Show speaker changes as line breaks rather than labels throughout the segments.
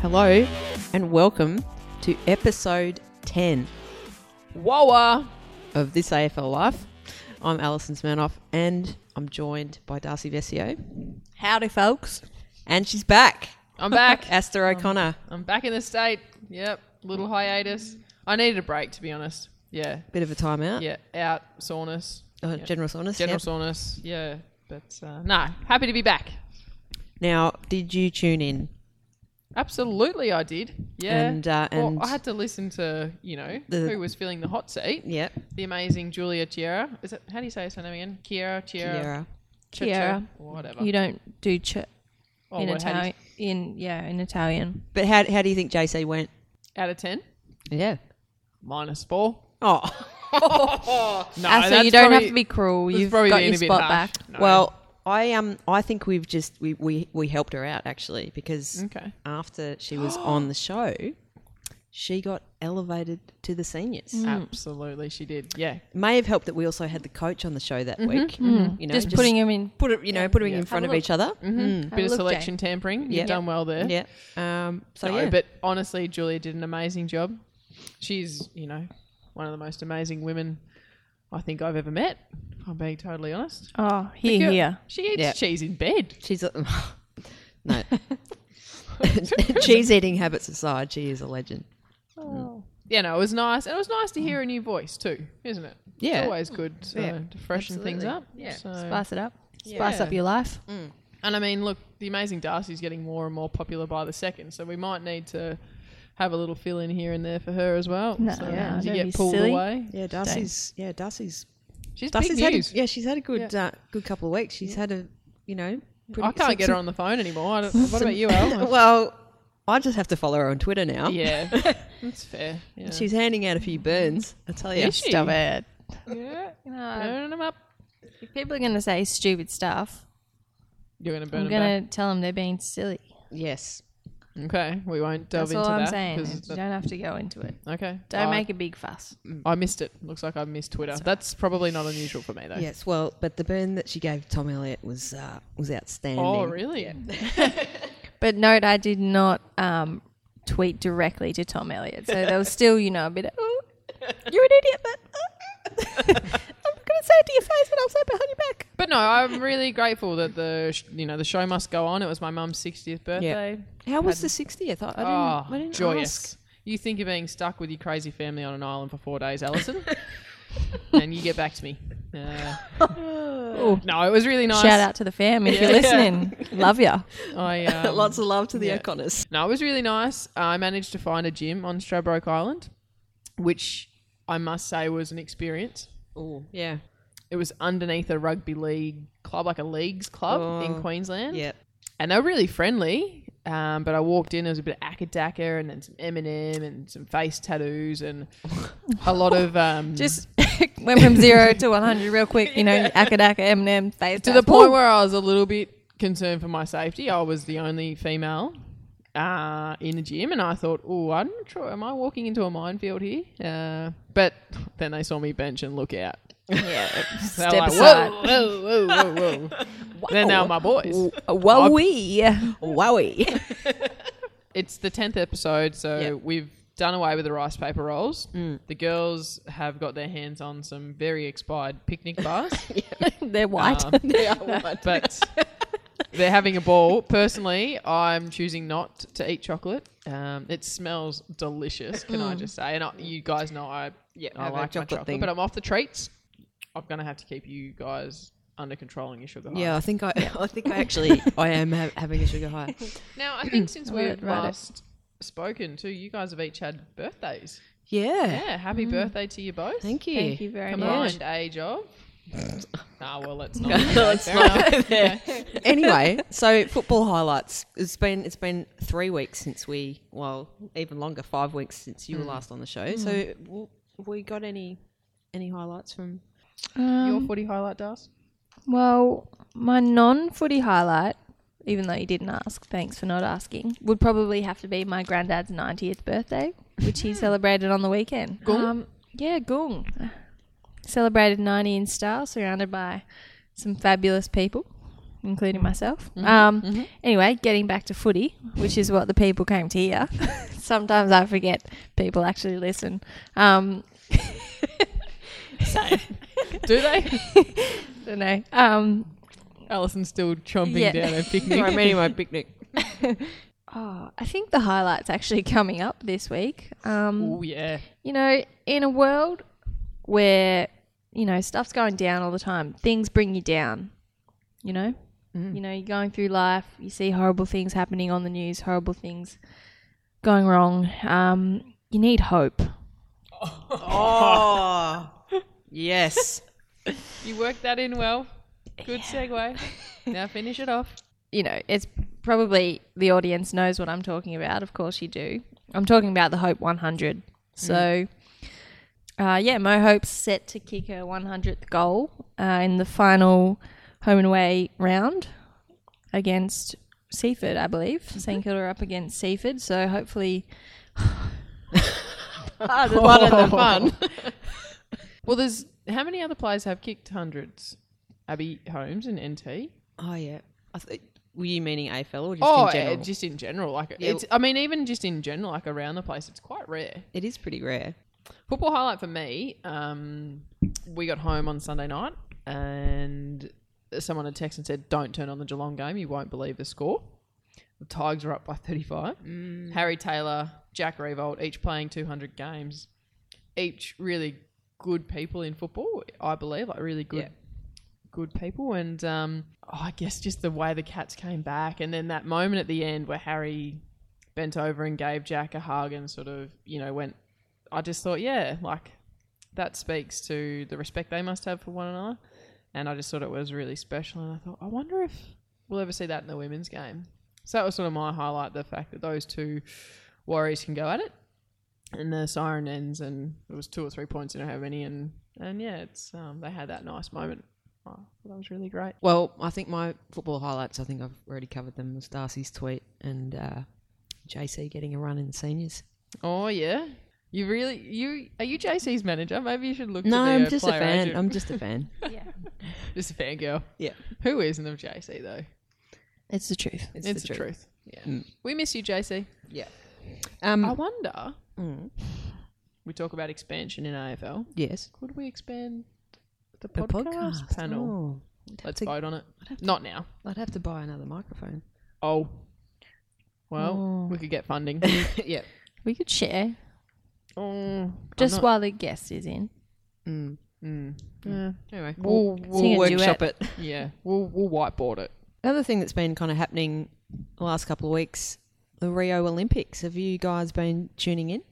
Hello and welcome to episode 10. Whoa of This AFL Life. I'm Alison Smirnoff and I'm joined by Darcy Vesio.
Howdy, folks.
And she's back.
I'm back.
Esther O'Connor.
I'm back in the state. Yep. Little hiatus. I needed a break, to be honest. Yeah.
Bit of a timeout.
Yeah. Out. Soreness.
Uh,
Yeah.
General Saunders.
General
yep.
soreness. Yeah. But uh, no, happy to be back.
Now, did you tune in?
Absolutely, I did. Yeah.
And, uh, and-
well, I had to listen to you know
The-
who was feeling the hot seat.
Yep.
The amazing Julia Chiara. Is it how do you say her name again? Chiara. Chiara.
Kiera.
Chiara.
Chiara.
Whatever.
You don't do ch-
Oh,
in
what, how do you-
Italian. In yeah, in Italian.
But how, how do you think JC went?
Out of ten,
Yeah.
minus four.
Oh.
No,
Ah, so
that's
you don't
probably-
have to be cruel.
that's
You've
probably
got
being
your
a bit
spot
harsh.
back.
No.
Well, I um I think we've just we we, we helped her out actually because
Okay.
after she was on the show, she got elevated to the seniors.
absolutely, she did. Yeah,
It may have helped that we also had the coach on the show that week. You know,
just, putting him in.
put it you know putting
Yeah.
in front
Have
of
a
each other.
Mm,
Have a
bit of
look, Jane.
selection tampering. You've
Yeah.
done well there.
Yeah. Um. So
No,
yeah.
but honestly, Julia did an amazing job. She's, you know, one of the most amazing women I think I've ever met. If I'm being totally honest.
Oh, here,
Girl-
here.
She eats
Yeah.
cheese in bed.
she's a, no cheese eating habits aside, she is a legend.
Yeah, no, it was nice. And it was nice to hear a new voice too, isn't it?
Yeah.
It's always good so,
Yeah,
to freshen things
absolutely. Yeah.
up. So-
Spice it up. Spice up your life.
And I mean, look, the amazing Darcy's getting more and more popular by the second, so we might need to have a little fill in here and there for her as well.
No,
so
no,
as you
don't
get
be
pulled
silly.
away.
Yeah, Darcy's. Yeah, Darcy's.
She's
Darcy's
big
had. A,
news.
yeah, she's had a good uh, good couple of weeks. She's had a you know.
I can't get her on the phone anymore. I don't, what about you, Al?
well, I just have to follow her on Twitter now.
Yeah, that's fair. Yeah.
She's handing out a few burns. I tell you.
Is she? Stop
it.
yeah.
No,
burn them up.
if people are going to say stupid stuff,
You're gonna burn
I'm
'em
going to tell them they're being silly.
Yes.
up. Okay, we won't delve
That's
into
all I'm
that.
saying.
'cause
is You
that-
don't have to go into it.
okay,
Don't
I,
make a big fuss.
I missed it. Looks like I missed Twitter. That's probably not unusual for me though.
Yes. Well, but the burn that she gave Tom Elliott was uh, was outstanding.
Oh really?
But note, I did not um, tweet directly to Tom Elliott, so there was still, you know, a bit of, oh, you're an idiot, but oh, I'm going to say it to your face, and I'll say it behind your back.
But no, I'm really grateful that the sh- you know the show must go on. It was my mum's 60th birthday.
How was the sixtieth? I, I didn't.
Oh,
I didn't
joyous!
ask.
You think you're being stuck with your crazy family on an island for four days, Alison, and you get back to me. Uh, no, it was really nice.
Shout out to the fam if you're listening. Love ya.
I um,
Lots of love to the
Yeah.
O'Connors.
No, it was really nice. I managed to find a gym on Stradbroke Island, which I must say was an experience.
Oh yeah.
It was underneath a rugby league club, like a leagues club
Oh,
in Queensland.
Yeah.
And they were really friendly. Um, but I walked in, there was a bit of Akadaka and then some Eminem and some face tattoos and a lot of. Um,
Just went from zero to 100 real quick, you know, Akadaka, Eminem, face.
to the point where I was a little bit concerned for my safety. I was the only female uh, in the gym, and I thought, "Oh, I'm not sure. Am I walking into a minefield here?" Uh, but then they saw me bench and look out.
yeah,
They were
step
like,
aside.
whoa, whoa,
Oh.
whoa, whoa, whoa. They're now my boys.
Wowie.
Wowie.
It's the tenth episode, so
Yeah.
we've done away with the rice paper rolls.
Mm.
The girls have got their hands on some very expired picnic bars.
They're white.
Um, but they're having a ball. Personally, I'm choosing not to eat chocolate. Um, it smells delicious, can I just say? And I, you guys know I yeah I
have a
like my
Mm. chocolate
chocolate,
thing.
but I'm off the treats. I'm gonna have to keep you guys under control on your sugar. high.
Yeah, I think I, I think I actually I am ha- having a sugar high.
Now I think since
Right,
we've
right.
last spoken too, you guys have each had birthdays.
Yeah. Mm.
Yeah, happy birthday to you both.
Thank you.
Thank you very much.
Combined age of. Ah, well, let's not. Fair enough.
anyway, so football highlights. It's been it's been three weeks since we, well, even longer, five weeks since you were last on the show. So,
Mm.
w- have we got any any highlights from?
Um,
Your footy highlight, Dars?
Well, my non footy highlight, even though you didn't ask, thanks for not asking, would probably have to be my granddad's 90th birthday, which he celebrated on the weekend. Gung? Um, yeah, Gung. Celebrated 90 in style, surrounded by some fabulous people. including myself. Um, Anyway, getting back to footy, which is what the people came to hear. Sometimes I forget people actually listen. Um, so,
Do they?
don't know. Um,
Alison's still chomping
Yeah.
down her picnic.
Sorry, I'm eating my picnic.
oh, I think the highlight's actually coming up this week. Um,
Oh yeah.
you know, in a world where, you know, stuff's going down all the time, things bring you down, you know? You know, you're going through life, you see horrible things happening on the news, horrible things going wrong. Um, you need hope.
Oh, yes.
You worked that in well. Good segue. Now finish it off.
You know, it's probably the audience knows what I'm talking about. Of course, you do. I'm talking about the Hope 100.
Mm.
So, uh, yeah, Mo Hope's set to kick her 100th goal uh, in the final home and away round. against Seaford, I believe.
Mm-hmm.
St Kilda are up against Seaford, so hopefully. part of
Part of the fun. well, there's how many other players have kicked hundreds? Abby Holmes and NT.
Oh, yeah. I th- were you meaning AFL or just
oh,
in general?
uh, just in general, like
Yeah.
it's. I mean, even just in general, like around the place, it's quite rare.
it is pretty rare.
Football highlight for me. Um, we got home on Sunday night, and someone had texted and said, "Don't turn on the Geelong game. You won't believe the score." The Tigers were up by thirty-five. Harry Taylor, Jack Revolt, each playing two hundred games, each really good people in football. I believe, like really good.
Yeah.
Good people, and um, oh, I guess just the way the Cats came back, and then that moment at the end where Harry bent over and gave Jack a hug and sort of, you know, went. I just thought, yeah, like that speaks to the respect they must have for one another. And I just thought it was really special. And I thought, I wonder if we'll ever see that in the women's game. So that was sort of my highlight the fact that those two warriors can go at it. And the siren ends, and it was two or three points, I don't know how many. And, and yeah, it's um, they had that nice moment. Oh, that was really great.
Well, I think my football highlights, I think I've already covered them, was Darcy's tweet and uh, JC getting a run in seniors.
Oh, yeah. You really you are you JC's manager? Maybe you should look.
No,
to be
I'm just a
player
fan.
agent.
I'm just a fan.
yeah,
Just a fangirl.
Yeah.
Who isn't of JC though?
it's the truth.
It's,
It's, the, truth. Yeah.
Mm.
We miss you, JC.
Yeah.
I
Um,
wonder.
Mm.
We talk about expansion in AFL.
yes.
Could we expand the
The
podcast, panel?
Oh, I'd, have
Let's
to,
vote on it. Not now.
I'd have to buy another microphone.
Oh. Well,
Oh.
we could get funding.
yeah.
We could share
oh,
just
I'm not-
while the guest is in.
Mm.
Mm. Yeah.
Anyway,
We'll,
Sing
we'll
a
workshop it.
yeah. We'll, we'll whiteboard it.
Another thing that's been kind of happening the last couple of weeks, the Rio Olympics. Have you guys been tuning in?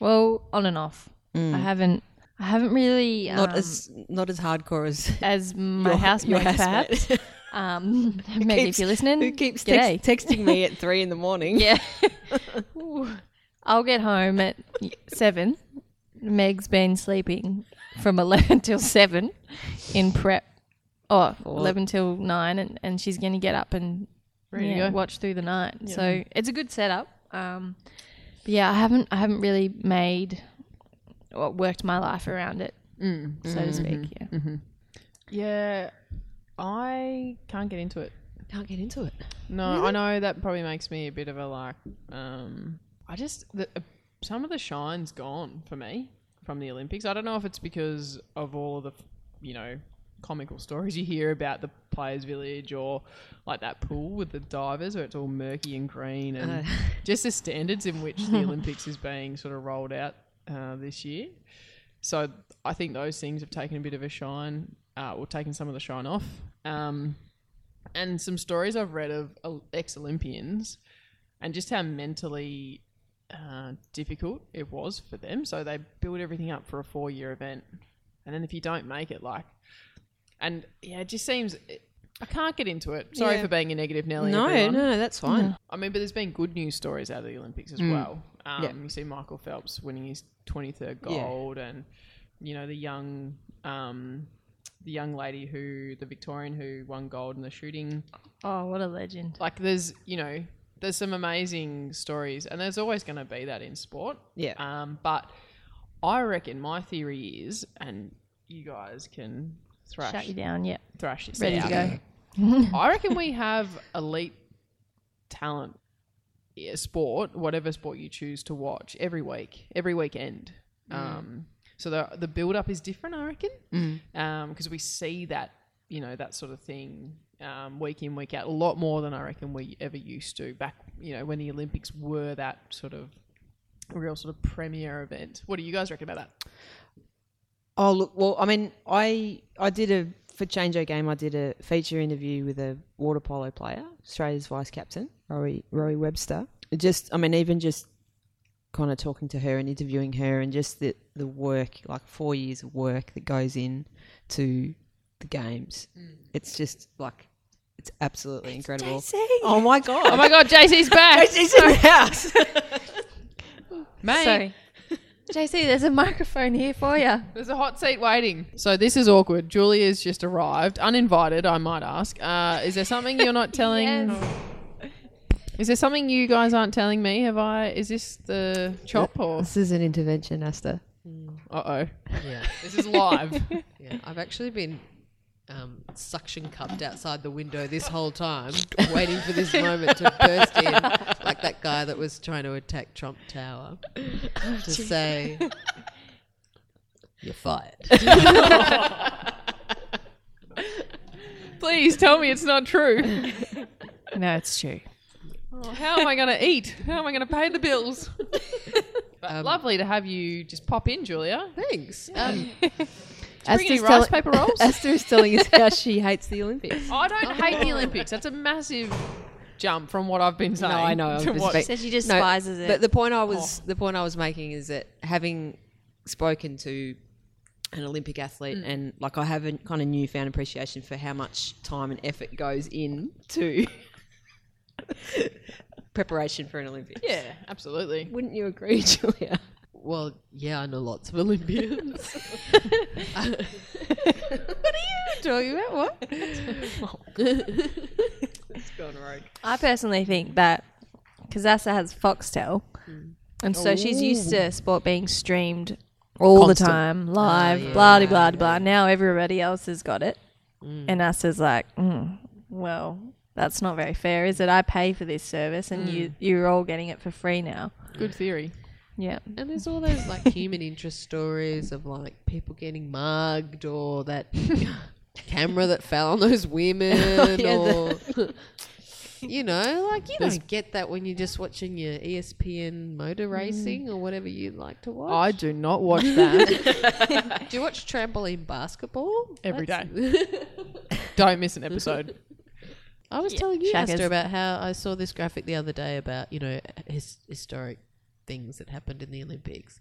Well, on and off. I haven't. I haven't really um,
Mm. Not as not as hardcore as
as my
your- your
housemate perhaps.
housemate.
Um, Meg,
keeps-
if you're listening,
who keeps
g'day.
text, texting me at three in the morning.
Yeah. Ooh. I'll get home at seven. Meg's been sleeping from 11 till seven in prep. Oh, 11 till nine, and, and she's going to get up and
Ready to
yeah,
go.
watch through the night. So it's a good setup. Um, but yeah, I haven't I haven't really made or worked my life around it, so to speak. Yeah.
Yeah. I can't get into it.
Can't get into it.
No, I know that probably makes me a bit of a like. Um, I just the, uh, some of the shine's gone for me from the Olympics. I don't know if it's because of all of the you know comical stories you hear about the players' village or like that pool with the divers where it's all murky and green and just the standards in which the Olympics is being sort of rolled out uh, this year. So I think those things have taken a bit of a shine, uh, or taken some of the shine off. Um, and some stories I've read of uh, ex Olympians and just how mentally uh, difficult it was for them. So they build everything up for a four year event. And then if you don't make it, like, and yeah, it just seems. I can't get into it. Sorry
Yeah.
for being a negative Nelly.
No, no,
everyone.
no, that's fine.
I mean, but there's been good news stories out of the Olympics as well. Um,
Yeah.
You see Michael Phelps winning his 23rd
Yeah.
gold, and you know the young, um, the young lady who the Victorian who won gold in the shooting.
Oh, what a legend.
Like, there's you know there's some amazing stories, and there's always going to be that in sport.
Yeah.
Um, but I reckon my theory is, and you guys can thrash
Shut you down. Yeah.
thrash this
Ready
out.
to go.
I reckon we have elite talent, yeah, sport, whatever sport you choose to watch every week, every weekend.
Mm.
Um, so the the build up is different, I reckon,
Mm.
because we see that you know that sort of thing um, week in week out a lot more than I reckon we ever used to back you know when the Olympics were that sort of real sort of premier event. What do you guys reckon about that?
Oh look, well, I mean, I I did a for Change O Game. I did a feature interview with a water polo player, Australia's vice captain, Rory Rory Webster. It Just, I mean, even just kind of talking to her and interviewing her, and just the the work, like four years of work that goes in to the games. It's just like Mm. it's absolutely incredible. Oh my god!
Oh my god, JC's back.
It's in the house.
Mate,
Sorry. JC, there's a microphone here for you.
There's a hot seat waiting. So this is awkward. Julia's just arrived, uninvited, I might ask. Uh, is there something you're not telling? Is there something you guys aren't telling me? Have I? Is this the chop or?
This is an intervention, Asta.
Uh oh.
Yeah.
This is live.
Yeah, I've actually been um, suction cupped outside the window this whole time, waiting for this moment to burst in, like that guy that was trying to attack Trump Tower, to say, "You're fired."
Please tell me it's not true.
No, it's true.
How am I going to eat? How am I going to pay the bills? But lovely to have you just pop in, Julia.
Thanks. Um,
Bring any rice paper rolls.
Esther is telling us how she hates the Olympics.
I don't hate the Olympics. That's a massive jump from what I've been saying.
I know, I'm
to
just
what-
being-
Says she despises it.
But the point I was the point I was making is that having spoken to an Olympic athlete and like I have a kind of newfound appreciation for how much time and effort goes in to preparation for an Olympics.
yeah, absolutely.
Wouldn't you agree, Julia?
Well, yeah, I know lots of Olympians. what are you talking about? What?
I personally think that because NASA has Foxtel, and so she's used to sport being streamed all
Constant.
the time, live,
Ah, yeah,
blah de blah de blah. Now everybody else has got it, and NASA's like, mm, well, that's not very fair, is it? I pay for this service, and
Mm.
you you're all getting it for free now.
Good theory.
Yeah,
And there's all those like human interest stories of like people getting mugged or that camera that fell on those women or you know, like you don't get that when you're just watching your E ESPN motor racing or whatever you like to watch.
Mm. I do not watch that
Do you watch trampoline basketball?
every day. Don't miss an episode.
I was telling you,
Shaggers.
Esther, about how I saw this graphic the other day about you know his, historic things that happened in the Olympics.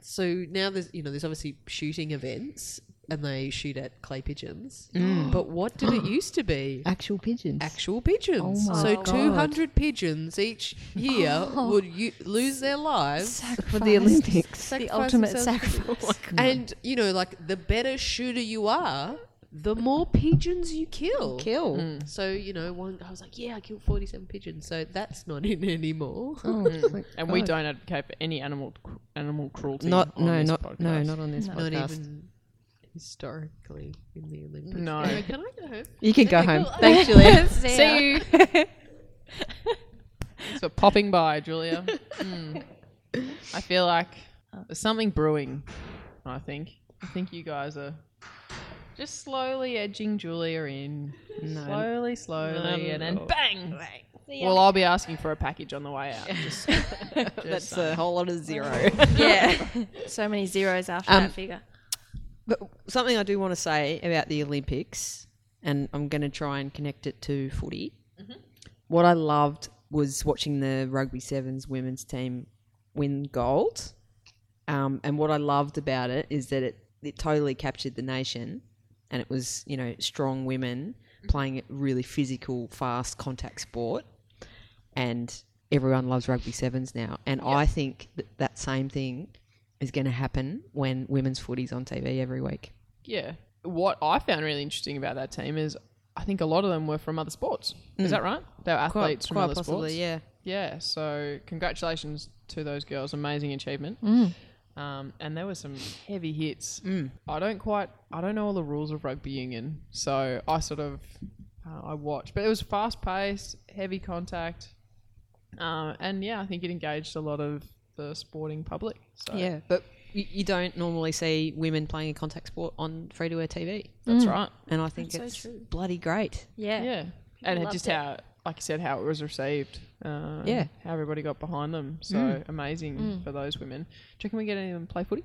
So now there's you know there's obviously shooting events and they shoot at clay pigeons.
Mm.
But what did it used to be?
Oh
Actual pigeons.
Actual pigeons. so 200 pigeons each year would u- lose their lives.
For the Olympics.
the
sacrifice
ultimate
themselves.
sacrifice.
And you know, like the better shooter you are, the more pigeons you kill.
Kill.
Mm.
So you know, one I was like, yeah, I killed forty-seven pigeons, so that's not in anymore.
Oh,
And we don't advocate for any animal animal cruelty.
Not
on
no,
this
not no,
podcast.
not on this
not
podcast.
even historically in the Olympics.
No.
Anyway, can I go home?
You can go home.
cool.
Thanks, Julia.
See you.
Thanks for popping by, Julia. Hmm. I feel like there's something brewing. I think. I think you guys are just slowly edging Julia in. Slowly, slowly, and then bang. Well, I'll be asking for a package on the way out. Just,
That's a whole lot of zero.
Yeah, so many zeros after
Um,
that figure.
But something I do want to say about the Olympics, and I'm going to try and connect it to footy. What I loved was watching the rugby sevens women's team win gold. Um, and what I loved about it is that it, it totally captured the nation, and it was you know strong women playing a really physical, fast contact sport, and everyone loves rugby sevens now. And I think that, that same thing is going to happen when women's footy's on TV every week.
yeah. What I found really interesting about that team is I think a lot of them were from other sports. Is that right? They were athletes from other sports.
yeah.
Yeah, so congratulations to those girls. Amazing achievement. Um, and there were some heavy hits. I don't quite, I don't know all the rules of rugby union, so I sort of uh, I watched. But it was fast paced, heavy contact, um, and yeah, I think it engaged a lot of the sporting public. So
Yeah, but you, you don't normally see women playing a contact sport on free to air TV,
that's right.
and I think
That's
it's
so true.
bloody great.
Yeah.
Yeah, and it
loved
just
it.
how, like I said, how it was received. Uh,
Yeah.
how everybody got behind them. So
Mm.
amazing for those women. Do you reckon we get any of them play footy?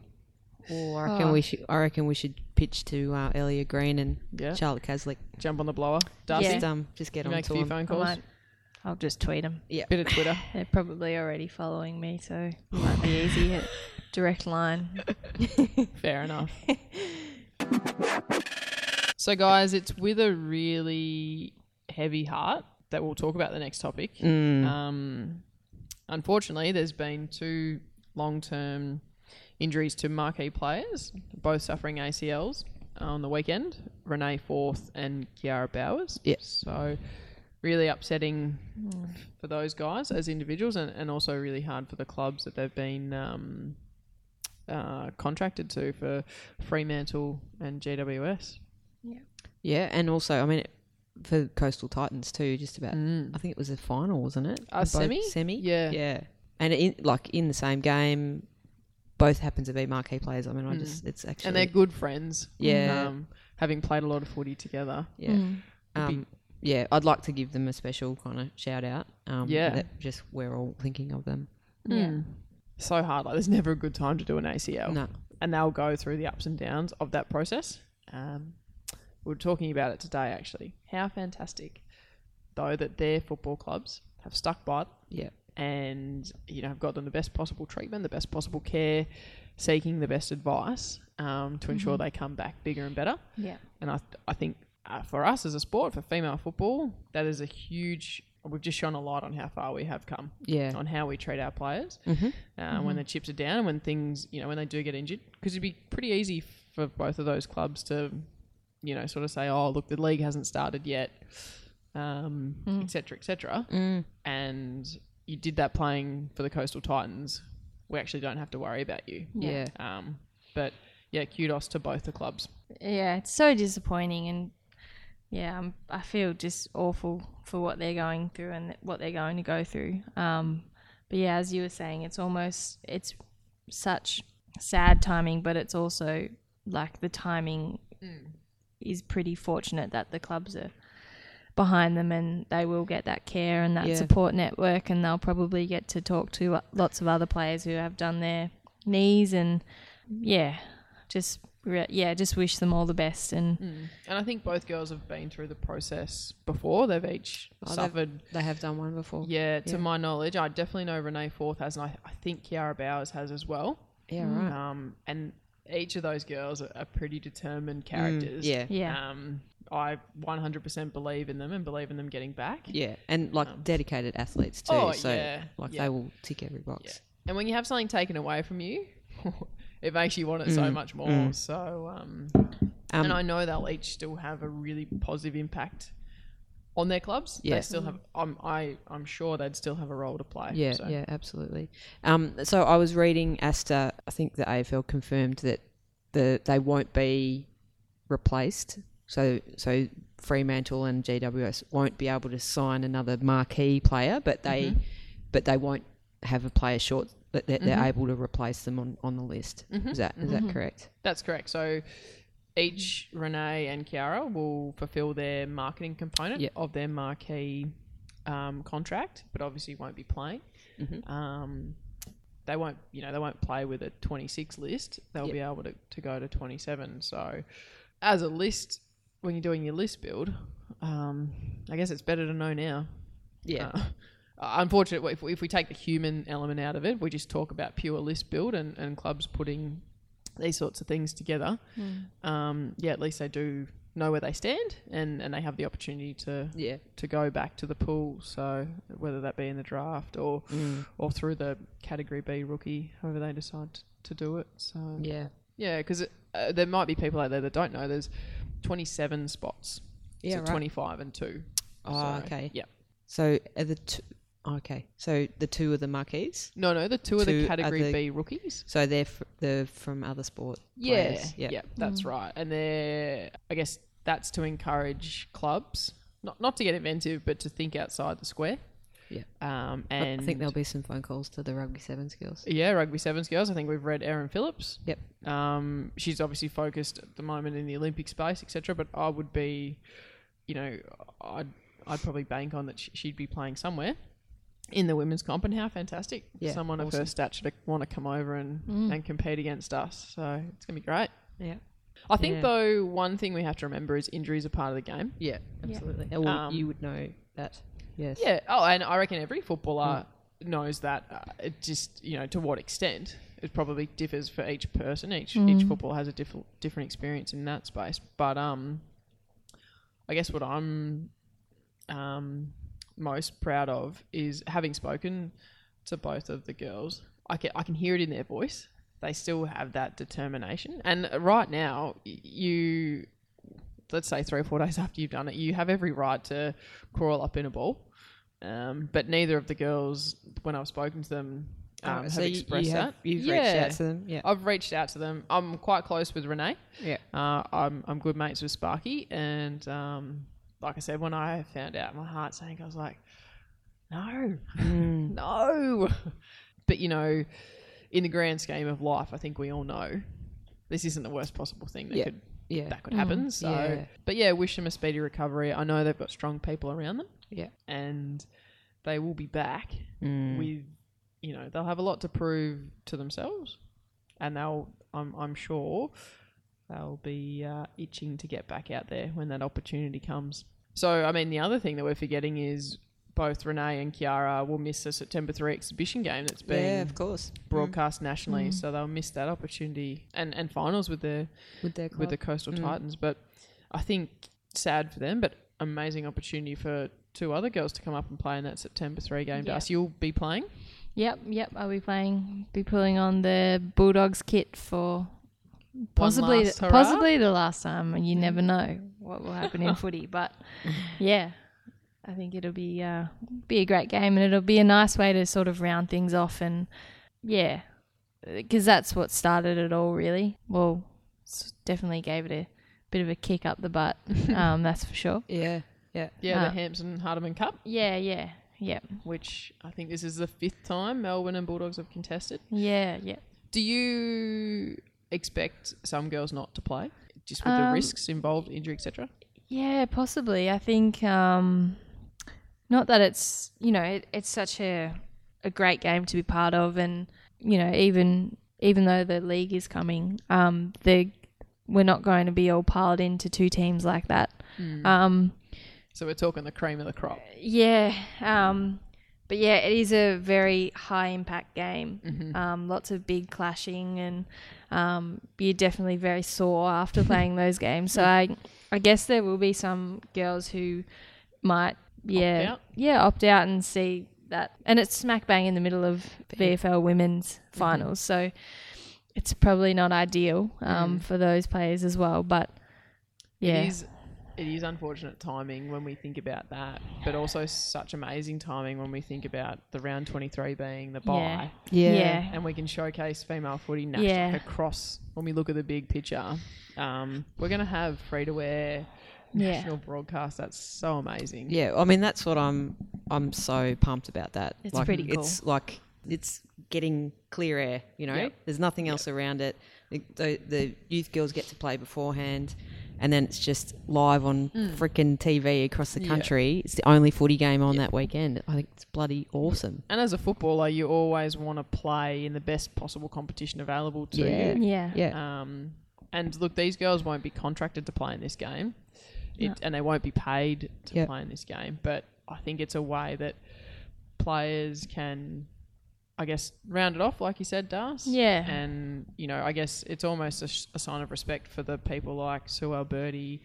Or I reckon
Oh.
we should. I reckon we should pitch to uh, Elia Green and
Yeah.
Charlotte Caslick.
Jump on the blower, Darcy.
Yeah.
Just um, just get
You
on
make a
to
few
them.
phone
I
calls.
might- I'll just tweet them.
Yeah,
Bit of Twitter.
They're probably already following me, so it might be easy at direct line.
Fair enough. so, guys, it's with a really heavy heart that we'll talk about the next topic.
Mm.
Um, unfortunately, there's been two long term injuries to marquee players, both suffering ACLs uh, on the weekend Renee Forth and Kiara Bowers.
Yep.
So, really upsetting for those guys as individuals, and, and also really hard for the clubs that they've been. Um, uh, contracted to for Fremantle and GWS.
yeah, and also I mean, for Coastal Titans too. Just about. I think it was a final, wasn't it? Both
A Mm. Uh, semi?
Semi.
Yeah.
Yeah. And in, like in the same game, both happen to be marquee players. I mean, I just it's actually
Mm. And they're good friends.
Yeah.
Um, having played a lot of footy together.
Yeah. Um, yeah, I'd like to give them a special kind of shout out. Um,
Yeah.
That just we're all thinking of them.
Yeah.
Mm. So hard. Like, there's never a good time to do an ACL.
No.
And they'll go through the ups and downs of that process. Um, we were talking about it today, actually. How fantastic, though, that their football clubs have stuck by it
Yeah.
and you know have got them the best possible treatment, the best possible care, seeking the best advice um, to ensure
Mm-hmm.
they come back bigger and better.
Yeah.
And I, I think uh, for us as a sport, for female football, that is a huge. We've just shone a light on how far we have come
Yeah. Mm-hmm.
on how we treat our players uh, when the chips are down and when things, you know, when they do get injured. Because it'd be pretty easy for both of those clubs to, you know, sort of say, oh, look, the league hasn't started yet, um, et cetera, et cetera. And you did that playing for the Coastal Titans. We actually don't have to worry about you.
Yeah.
Um, but yeah, kudos to both the clubs.
Yeah, it's so disappointing and yeah, I'm, I feel just awful for what they're going through and what they're going to go through. Um, but yeah, as you were saying, it's almost it's such sad timing, but it's also like the timing is pretty fortunate that the clubs are behind them and they will get that care and that
Yeah.
support network and they'll probably get to talk to lots of other players who have done their knees and yeah just re- yeah just wish them all the best and
And I think both girls have been through the process before. They've each
Oh, they've-
suffered
They have done one before.
Yeah, to
Yeah.
my knowledge, I definitely know Renee Forth has, and I, I think Kiara Bowers has as well.
Yeah, right.
Um, and each of those girls are, are pretty determined characters.
Mm, yeah.
Yeah.
Um, I 100% believe in them and believe in them getting back.
Yeah. And like dedicated athletes too.
Oh,
so
yeah,
like
yeah.
they will tick every box.
And when you have something taken away from you, it makes you want it
Mm,
so much more. So, um, and I know they'll each still have a really positive impact on their clubs.
Yeah.
They still have. I'm. I. I'm sure they'd still have a role to play.
Yeah,
So.
yeah, absolutely. Um, so I was reading Asta. I think the AFL confirmed that the they won't be replaced. So so Fremantle and GWS won't be able to sign another marquee player, but they but they won't have a player short that that they're able to replace them on, on the list. Is that is that correct?
That's correct. So each Renee and Kiara will fulfill their marketing component
Yeah.
of their marquee um, contract, but obviously won't be playing. Um, they won't, you know, they won't play with a 26 list. They'll
Yep.
be able to, to go to 27. So as a list, when you're doing your list build, um, I guess it's better to know now
Yeah.
uh, unfortunately, if, if we take the human element out of it, we just talk about pure list build and, and clubs putting these sorts of things together.
Hmm.
Um, yeah, at least they do know where they stand and, and they have the opportunity to
Yeah.
to go back to the pool. So whether that be in the draft or
Mm.
or through the category B rookie, however they decide to, to do it. So
Yeah.
yeah, because uh, there might be people out there that don't know. There's 27 spots.
Yeah,
so
right.
25 and two.
Oh,
So,
okay.
Yeah.
So are the two, okay. So the two of the marquees.
No, no, the two, are
Two
the
are
category
the-
B rookies.
So they're f- they're from other sport.
Yeah,
players.
yeah, that's right. And they're, I guess, that's to encourage clubs not not to get inventive, but to think outside the square.
Yeah.
Um,
I-
and
I think there'll be some phone calls to the rugby sevens girls.
yeah, rugby sevens girls. I think we've read Erin Phillips.
Yep.
Um, she's obviously focused at the moment in the Olympic space, etc. But I would be, you know, I'd I'd probably bank on that sh- she'd be playing somewhere in the women's comp, and how fantastic
Yeah, Mm.
someone of her stature to want to come over and and compete against us. So it's gonna be great.
Yeah.
I think
Yeah.
though one thing we have to remember is injuries are part of the game.
Yeah, absolutely. Well,
Um,
you would know that. Yes.
Yeah. Oh, and I reckon every footballer knows that. Uh, it just you know to what extent it probably differs for each person. Each each footballer has a different different experience in that space. But um, I guess what I'm um most proud of is having spoken to both of the girls. I can I can hear it in their voice. They still have that determination. And right now, y- you let's say three or four days after you've done it, you have every right to crawl up in a ball. Um, but neither of the girls, when I've spoken to them, um,
Alright,
have
Oh, so you- you
expressed
have-
that.
you've reached out to them, yeah.
I've reached out to them. I'm quite close with Renee.
Yeah.
Uh, I'm I'm good mates with Sparky, and um, like I said, when I found out, my heart sank. I was like, no, Mm. no. But you know, in the grand scheme of life, I think we all know this isn't the worst possible thing that
Yeah.
could
Yeah.
that could happen. So,
Yeah.
but yeah, wish them a speedy recovery. I know they've got strong people around them,
Yeah.
and they will be back
Mm.
with, you know, they'll have a lot to prove to themselves, and they'll, I'm, I'm sure, they'll be uh, itching to get back out there when that opportunity comes. So, I mean, the other thing that we're forgetting is both Renee and Kiara will miss the September three exhibition game that's being
Yeah, of course.
broadcast nationally, so they'll miss that opportunity and and finals with the
Mm. With their
with the Coastal Titans. But I think sad for them, but amazing opportunity for two other girls to come up and play in that September three game.
Yeah.
Darcy, you'll be playing.
Yep, yep. I'll be playing, be pulling on the Bulldogs kit for possibly,
last hurrah? Mm.
possibly the last time. and You never know what will happen in footy, but yeah, I think it'll be uh, be a great game, and it'll be a nice way to sort of round things off, and yeah, because that's what started it all, really. Well, s- definitely gave it a bit of a kick up the butt, um, that's for sure.
Yeah. Yeah.
Yeah,
Ah.
the Hampson Hardeman Cup,
Yeah, yeah, yeah,
which I think this is the fifth time Melbourne and Bulldogs have contested.
yeah, yeah.
Do you expect some girls not to play? Just with the
Um,
risks involved, injury, etc.
Yeah, possibly. I think um, not that it's you know it, it's such a a great game to be part of, and you know even even though the league is coming, um, the we're not going to be all piled into two teams like that. Um,
So we're talking the cream of the crop.
yeah, um, but yeah, it is a very high impact game.
Mm-hmm.
Um, lots of big clashing, and um, you're definitely very sore after playing those games. So I, I guess there will be some girls who might, yeah,
out.
yeah, opt out and see that. And it's smack bang in the middle of VFL women's
Mm-hmm.
finals, so it's probably not ideal um, for those players as well. But yeah,
Mm-hmm. It is it is unfortunate timing when we think about that, but also such amazing timing when we think about the round 23 being the bye.
Yeah.
Yeah.
yeah.
And we can showcase female footy nation-
Yeah.
across when we look at the big picture. Um, we're going to have free to wear
Yeah.
national broadcast. That's so amazing.
Yeah, I mean that's what I'm. I'm so pumped about that.
It's
like,
pretty cool.
It's like it's getting clear air. You know,
Yep.
there's nothing else around it. The, the, the youth girls get to play beforehand, and then it's just live on
Hmm.
frickin' TV across the country. It's the only footy game on that weekend. I think it's bloody awesome.
And as a footballer, you always want to play in the best possible competition available to you.
Yeah.
yeah,
Yeah,
Um, and look, these girls won't be contracted to play in this game, it, and they won't be paid to
Yeah.
play in this game. But I think it's a way that players can, I guess, round it off, like you said, Das.
Yeah.
And you know, I guess it's almost a, sh- a sign of respect for the people like Sue Alberti,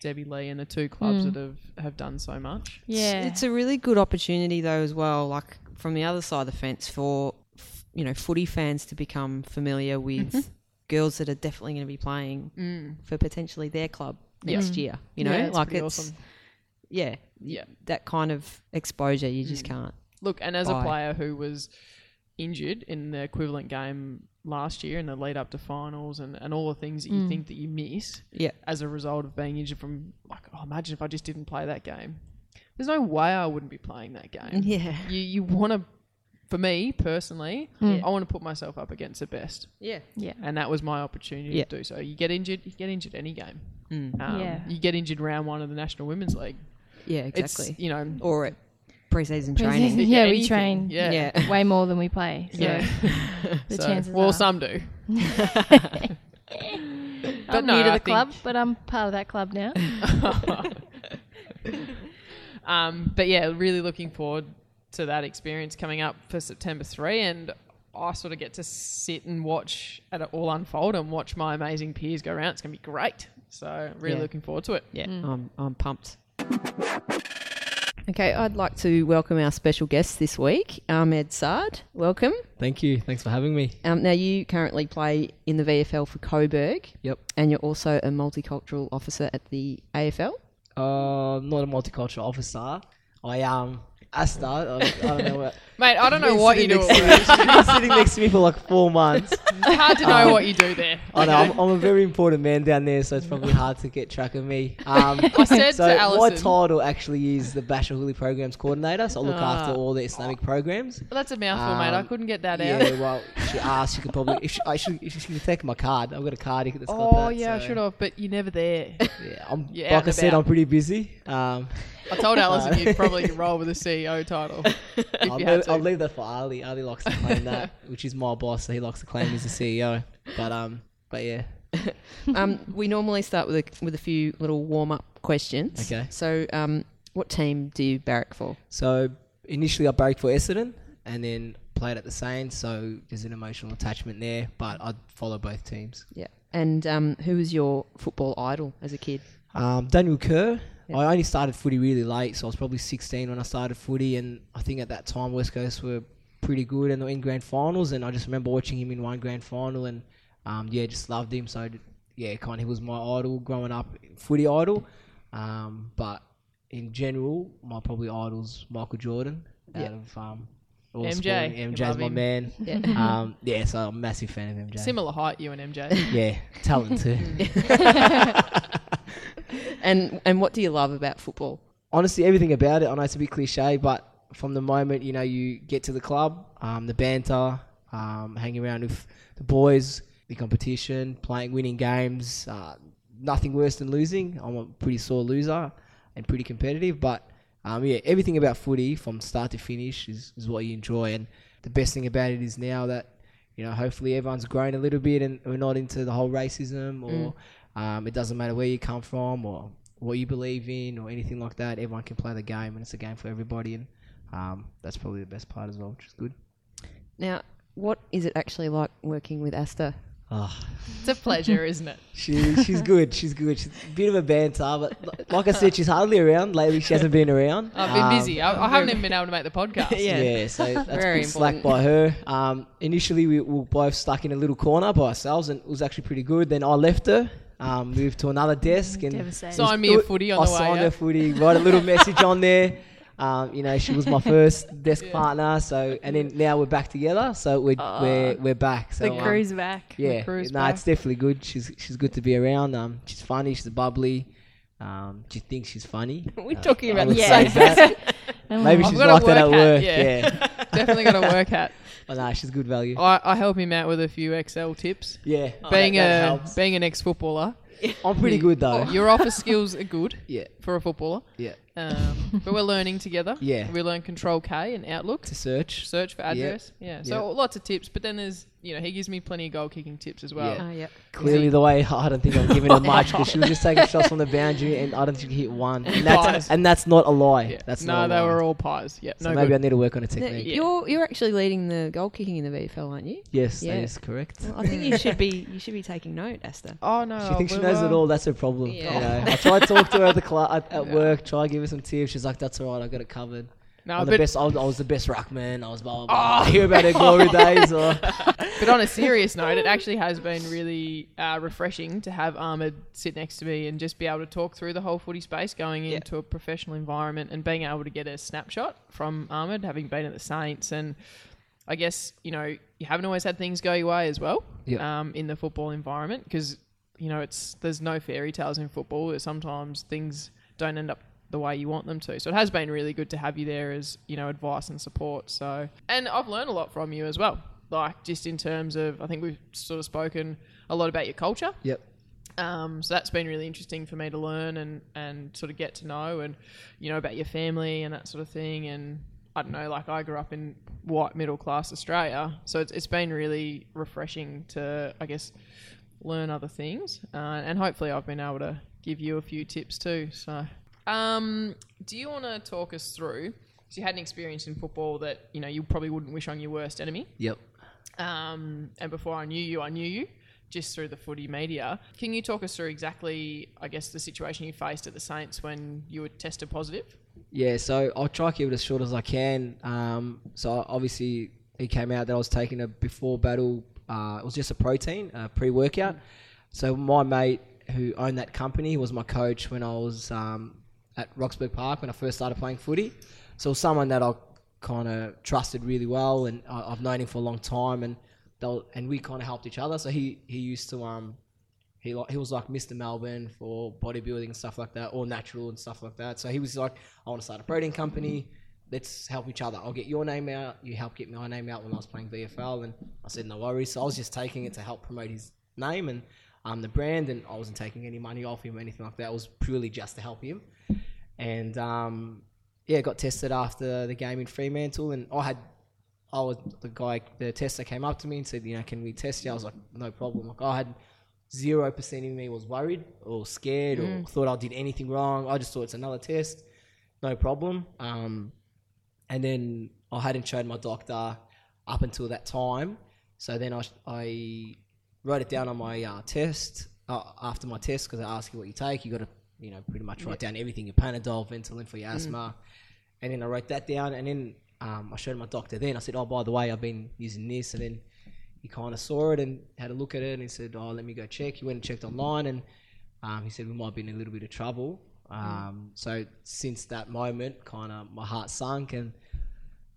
Debbie Lee, and the two clubs that have have done so much.
yeah.
It's, it's a really good opportunity though as well, like from the other side of the fence for f- you know footy fans to become familiar with
Mm-hmm.
girls that are definitely going to be playing for potentially their club next year. You know,
Mm. Yeah, it's
like
pretty
it's
awesome.
yeah,
Yeah. Mm.
that kind of exposure you just can't.
Look, and as
Bye.
a player who was injured in the equivalent game last year in the lead up to finals and, and all the things that you think that you miss
Yeah,
as a result of being injured from like oh, imagine if I just didn't play that game. There's no way I wouldn't be playing that game.
Yeah.
You you want to, for me personally,
Mm.
I want to put myself up against the best,
Yeah.
Yeah.
and that was my opportunity
Yeah.
to do so. You get injured, you get injured any game.
Mm.
Um,
Yeah.
You get injured round one of the National Women's League.
Yeah,
It's,
exactly.
you know,
or at preseason
Pre-season.
training.
Yeah, we
anything.
train.
Yeah.
Way more than we play. So
Yeah.
The
So-
chances
well,
are.
some do.
I'm
no,
new to the
I think-
club, but I'm part of that club now.
um, but yeah, really looking forward to that experience coming up for September 3 and I sort of get to sit and watch it all unfold and watch my amazing peers go around. It's going to be great. So really
Yeah.
looking forward to it.
Yeah, I'm, I'm pumped. Okay, I'd like to welcome our special guest this week, Ahmed Saad. Welcome.
Thank you. Thanks for having me.
Um, now, you currently play in the VFL for Coburg,
Yep.
and you're also a multicultural officer at the AFL.
Uh, not a multicultural officer. I am Asta. I, I don't know what.
Mate, I don't know
Been
what you
sitting
do.
next to me- she's been sitting next to me for like four months.
It's hard to
Um,
know what you do there.
I know I'm, I'm a very important man down there, so it's probably hard to get track of me. Um,
I said
so
to
my
Alison,
title actually is the Bashar Huli Programs Coordinator. So I look
Ah.
after all the Islamic programs.
Well, that's a mouthful, mate. I
Um,
couldn't get that out.
Yeah, well, she asked. She could probably. If she, I should. If she could take my card. I've got a card that's got that.
Oh, yeah,
so-
I should have, but you're never there.
Yeah, I'm,
You're out
like I
and
said,
about.
I'm pretty busy. Um,
I told Alison you'd probably roll with a CEO title if
I'll,
you had
leave,
to.
I'll leave that for Ali. Ali likes to claim that, which is my boss. So he likes to claim he's the CEO. But um, but yeah,
Um, we normally start with a, with a few little warm up questions.
Okay.
So, um, what team do you barrack for?
So initially, I barracked for Essendon and then played at the Saints. So there's an emotional attachment there, but I'd follow both teams.
Yeah. And um, who was your football idol as a kid?
Um, Daniel Kerr.
Yeah.
I only started footy really late, so I was probably 16 when I started footy, and I think at that time West Coast were pretty good and they were in grand finals, and I just remember watching him in one grand final, and um, yeah, just loved him. So yeah, kind of he was my idol growing up, footy idol. Um, but in general, my probably idols Michael Jordan out
Yeah.
of um, all
MJ.
sport.
You
MJ's
love
my
him.
man.
Yeah.
um, yeah, so I'm a massive fan of MJ.
Similar height, you and MJ.
Yeah, talent too.
And and what do you love about football?
honestly, everything about it. I know it's a bit cliche, but from the moment you know you get to the club, um, the banter, um, hanging around with the boys, the competition, playing, winning games. Uh, nothing worse than losing. I'm a pretty sore loser and pretty competitive, but um, yeah, everything about footy from start to finish is, is what you enjoy. And the best thing about it is now that you know, hopefully everyone's grown a little bit and we're not into the whole racism or um, it doesn't matter where you come from or what you believe in or anything like that. Everyone can play the game and it's a game for everybody. And um, that's probably the best part as well, which is good.
Now, what is it actually like working with Asta?
It's a pleasure, isn't it?
She, she's good. She's good. She's a bit of a banter, but li- like I said, she's hardly around lately. She hasn't been around.
I've been
Um,
busy. I, I haven't even been able to make the podcast.
Yeah.
Yeah. so that's
Very
Very slack by her. Um, initially, we were both stuck in a little corner by ourselves, and it was actually pretty good. Then I left her, um, moved to another desk, and
Devastating.
Signed me a footy on
I
the way.
signed
out.
her footy, wrote a little message on there. Um, you know, she was my first desk partner. So, and then now we're back together. So we're we're, we're back. So
the
um,
crew's back.
yeah,
crew's
no, it's definitely good. She's she's good to be around. Um, she's funny. She's bubbly. Um, do you think she's funny? Uh,
We're talking
I would
the
say
same
that. Maybe
I've
she's
got a
like that at
work hat,
work.
yeah.
yeah.
Definitely got a work hat.
Oh, no, she's good value.
I, I help him out with a few XL tips.
yeah,
being
Oh, that- that
a
helps. Oh.
being an ex footballer,
I'm pretty good though.
your office skills are good
Yeah,
for a footballer.
yeah.
Um, but we're learning together.
Yeah.
we learn Control K and Outlook.
To search.
Search for address. Yeah. So
Yep.
lots of tips, but then there's you know he gives me plenty of goal kicking tips as well.
Yeah.
Oh, yeah.
Clearly, the way I don't think I'm giving her much because she was just taking shots on the boundary, and I don't think she hit one. And
Pies.
that's, and that's not a lie.
Yeah.
That's
no,
not a
they
lie.
were all pies. Yeah,
So
no
maybe
good.
I need to work on a
Now,
technique.
Yeah.
You're you're actually leading the goal kicking in the VFL, aren't you?
Yes,
Yeah.
that is correct.
Well, I think you should be you should be taking note, Asta.
Oh no,
She thinks she
we
knows
were-
it all. That's her problem.
Yeah.
You know, I try to talk to her at the cl- at, at work. Try to give her some tips. She's like, "That's all right. I got it covered."
No,
I'm the
but, Oh.
best. I was, I was the best ruckman. I was blah blah blah. I hear about her glory days or
but on a serious note, it actually has been really uh, refreshing to have Ahmed sit next to me and just be able to talk through the whole footy space, going into a professional environment and being able to get a snapshot from Ahmed, having been at the Saints. And I guess, you know, you haven't always had things go your way as well
Yeah.
um, in the football environment because, you know, it's there's no fairy tales in football. Sometimes things don't end up the way you want them to. So it has been really good to have you there as, you know, advice and support. So, and I've learned a lot from you as well. Like, just in terms of, I think we've sort of spoken a lot about your culture.
Yep.
Um, so that's been really interesting for me to learn and, and sort of get to know and, you know, about your family and that sort of thing. And I don't know, like I grew up in white middle class Australia. So it's, it's been really refreshing to, I guess, learn other things. Uh, and hopefully I've been able to give you a few tips too. So, um, do you want to talk us through? Because you had an experience in football that, you know, you probably wouldn't wish on your worst enemy
Yep.
um, and before I knew you, I knew you just through the footy media. Can you talk us through exactly, I guess, the situation you faced at the Saints when you were tested positive?
Yeah, so I'll try to keep it as short as I can. Um, so obviously it came out that I was taking a before battle. Uh, it was just a protein uh, pre-workout. So my mate who owned that company was my coach when I was um, at Roxburgh Park when I first started playing footy. So it was someone that I kind of trusted really well, and I, I've known him for a long time, and they'll, and we kind of helped each other. So he he used to um he like he was like Mr. Melbourne for bodybuilding and stuff like that, all natural and stuff like that. So he was like, I want to start a protein company. Let's help each other. I'll get your name out. You help get my name out when I was playing VFL, and I said no worries. So I was just taking it to help promote his name and um, the brand, and I wasn't taking any money off him or anything like that. It was purely just to help him. And um, yeah, got tested after the game in Fremantle, and I had I was the guy, the tester came up to me and said, you know, can we test you? I was like, no problem. Like I had zero percent in me was worried or scared or thought I did anything wrong. I just thought it's another test, no problem. Um, and then I hadn't shown my doctor up until that time. So then I, I wrote it down on my uh, test uh, after my test because I ask you what you take. You got to you know pretty much write down everything: your Panadol, Ventolin for your asthma. And then I wrote that down, and then um, I showed my doctor. Then I said, "Oh, by the way, I've been using this." And then he kind of saw it and had a look at it, and he said, "Oh, let me go check." He went and checked online, and um, he said we might be in a little bit of trouble. Um, So since that moment, kind of my heart sunk, and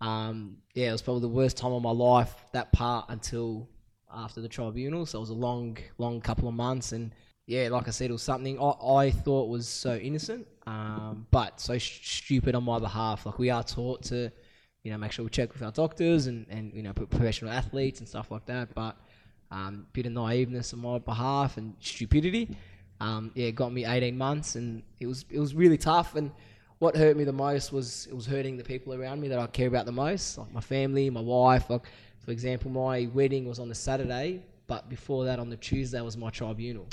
um, yeah, it was probably the worst time of my life that part until after the tribunal. So it was a long, long couple of months, and yeah, like I said, it was something I, I thought was so innocent, um, but so sh- stupid on my behalf. Like we are taught to, you know, make sure we check with our doctors and and you know pro- professional athletes and stuff like that, but um, bit of naiveness on my behalf and stupidity. Um, yeah, it got me 18 months, and it was it was really tough. And what hurt me the most was it was hurting the people around me that I care about the most, like my family, my wife. Like for example, my wedding was on the Saturday, but before that, on the Tuesday was my tribunal.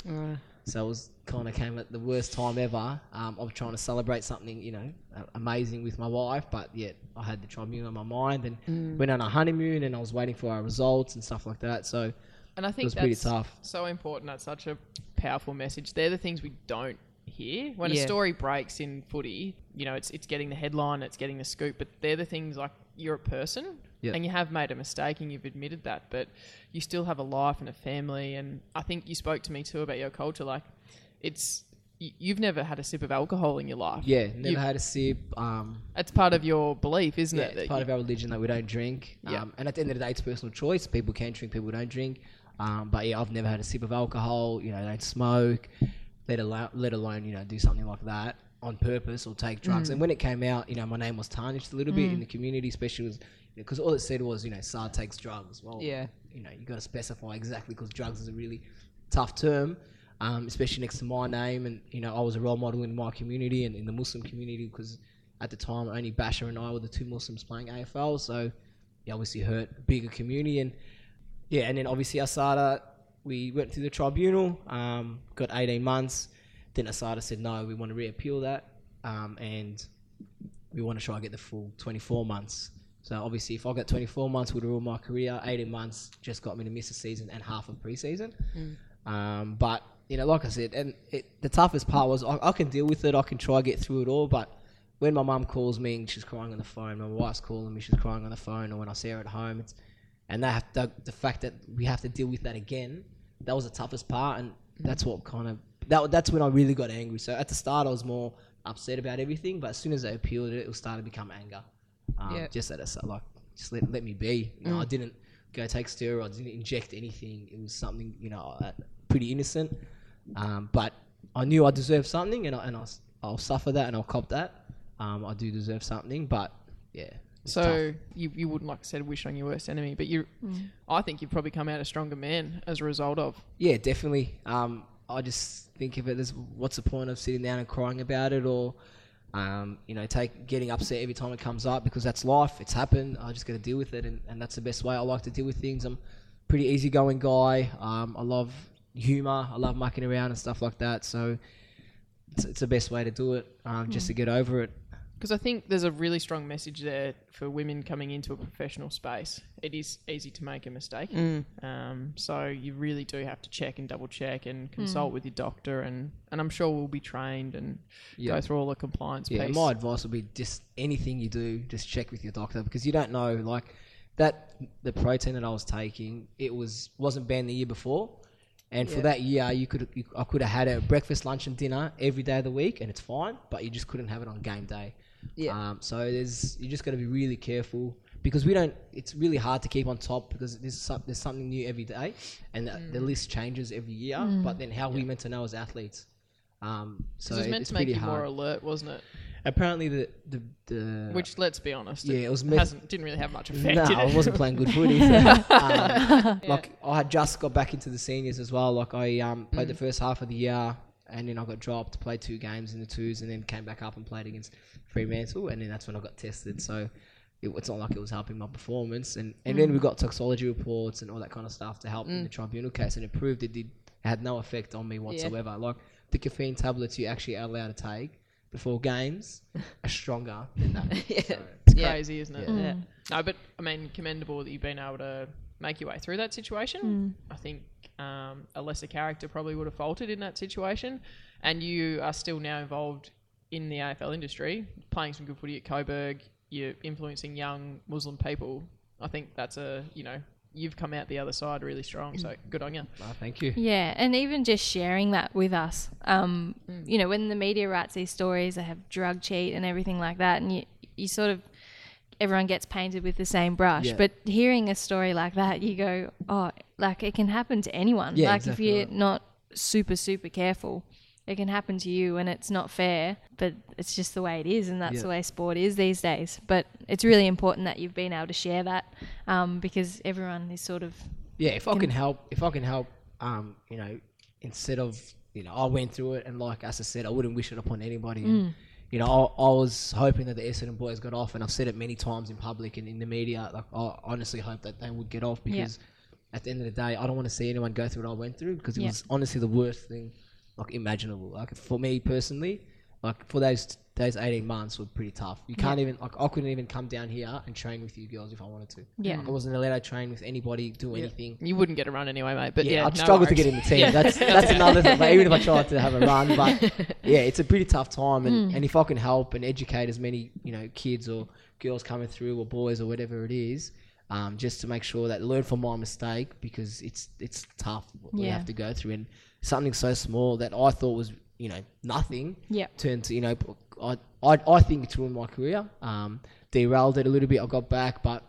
So it was kind of came at the worst time ever. Um, I'm trying to celebrate something, you know, a- amazing with my wife, but yet I had the tribunal on my mind and went on a honeymoon and I was waiting for our results and stuff like that. So
And I think
was
that's
pretty tough.
so important. That's such a powerful message. They're the things we don't hear when a
Yeah.
story breaks in footy. You know, it's it's getting the headline, it's getting the scoop, but they're the things like you're a person
Yeah.
and you have made a mistake and you've admitted that, but you still have a life and a family. And I think you spoke to me too about your culture. Like, it's y- you've never had a sip of alcohol in your life.
yeah, never
You-
had a sip. Um,
It's part of your belief, isn't
yeah,
it?
it's
that
part
you-
of our religion that we don't drink.
Yeah.
Um, and at the end of the day, it's personal choice. People can drink, people don't drink. Um, but yeah, I've never had a sip of alcohol. You know, don't smoke, let alone let alone you know do something like that on purpose or take
Mm.
drugs. And when it came out, you know, my name was tarnished a little bit in the community, especially because all it said was you know Sar takes drugs. Well,
Yeah.
you know, you got to specify exactly because drugs is a really tough term, um, especially next to my name. And you know, I was a role model in my community and in the Muslim community because at the time only Basher and I were the two Muslims playing AFL, so it obviously hurt a bigger community. And yeah, and then obviously Asada, we went to the tribunal, um, got 18 months. Then Asada said, no, we want to reappeal that, um, and we want to try and get the full 24 months. So obviously, if I got 24 months, would rule my career. 18 months just got me to miss a season and half of preseason. Um, but you know, like I said, and it, the toughest part was I, I can deal with it. I can try get through it all. But when my mum calls me and she's crying on the phone, my wife's calling me, she's crying on the phone, or when I see her at home, it's and that have the, the fact that we have to deal with that again. That was the toughest part, and that's what kind of that that's when I really got angry. So at the start, I was more upset about everything, but as soon as they appealed it, it started to become anger. Um,
Yeah.
Just at us, like just let, let me be. You know, I didn't go take steroids, didn't inject anything. It was something you know uh, pretty innocent, um, but I knew I deserved something, and I, and I s- I'll suffer that and I'll cop that. Um, I do deserve something, but yeah. it's
So you, you wouldn't like I said wish on your worst enemy, but you, I think you've probably come out a stronger man as a result of.
Yeah, definitely. Um, I just think of it as what's the point of sitting down and crying about it or, um, you know, take getting upset every time it comes up because that's life. It's happened. I just got to deal with it, and, and that's the best way I like to deal with things. I'm a pretty easygoing guy. Um, I love humor. I love mucking around and stuff like that. So it's, it's the best way to do it, um, just to get over it.
Because I think there's a really strong message there for women coming into a professional space. It is easy to make a mistake.
Mm.
Um, so you really do have to check and double check and consult with your doctor. And, and I'm sure we'll be trained and
Yeah.
go through all the compliance
Yeah,
piece.
my advice would be just anything you do, just check with your doctor because you don't know. Like that, the protein that I was taking, it was wasn't banned the year before, and for that year, you could you, I could have had a breakfast, lunch, and dinner every day of the week, and it's fine. But you just couldn't have it on game day.
Yeah.
Um, so there's you just got to be really careful because we don't. It's really hard to keep on top because there's some, there's something new every day, and the,
Mm.
the list changes every year. But then how are we meant to know as athletes? Um, so
'Cause it was
it-
meant
it's
to make
pretty
you
hard
more alert, wasn't it?
apparently the the, the
Which, let's be honest, it,
yeah it was meant
hasn't didn't really have much effect.
no
did it?
I wasn't playing good footy so, um, like I had just got back into the seniors as well like I um, played the first half of the year and then I got dropped played two games in the twos and then came back up and played against Fremantle and then that's when I got tested so it, it's not like it was helping my performance and, and then we got toxicology reports and all that kind of stuff to help in the tribunal case and it proved it did had no effect on me whatsoever like the caffeine tablets you actually are allowed to take before games are stronger than that
It's
Yeah.
crazy, isn't it?
Mm.
Yeah.
No, but I mean, commendable that you've been able to make your way through that situation.
Mm.
I think um, a lesser character probably would have faltered in that situation, and you are still now involved in the AFL industry, playing some good footy at Coburg. You're influencing young Muslim people. I think that's a you know you've come out the other side really strong. So good on you.
Ah, thank you
Yeah, and even just sharing that with us. Um,
Mm.
You know, when the media writes these stories, they have drug cheat and everything like that, and you, you sort of everyone gets painted with the same brush.
Yeah.
But hearing a story like that, you go, oh, like it can happen to anyone.
Yeah,
like
exactly
if you're
right.
not super super careful. It can happen to you, and it's not fair, but it's just the way it is, and that's
Yeah.
the way sport is these days. But it's really important that you've been able to share that um, because everyone is sort of
Yeah, if I can help, if I can help, um, you know, instead of you know, I went through it, and like as I said, I wouldn't wish it upon anybody. And, you know, I, I was hoping that the Essendon boys got off, and I've said it many times in public and in the media. Like, I honestly hope that they would get off because at the end of the day, I don't want to see anyone go through what I went through because it
Yeah.
was honestly the worst thing like imaginable. Like for me personally, like for those those eighteen months were pretty tough. You can't even like I couldn't even come down here and train with you girls if I wanted to.
Yeah.
Like, I wasn't allowed to train with anybody, do anything.
You wouldn't get a run anyway, mate. But yeah,
Yeah, I'd
no
struggle to
worries.
get in the team. That's that's another thing. Like, even if I tried to have a run, but yeah, it's a pretty tough time. And, and if I can help and educate as many you know kids or girls coming through or boys or whatever it is, um, just to make sure that learn from my mistake because it's it's tough what we
Yeah.
have to go through and something so small that I thought was you know nothing
Yeah.
turned to you know I I, I think it's ruined my career. Um, derailed it a little bit. I got back, but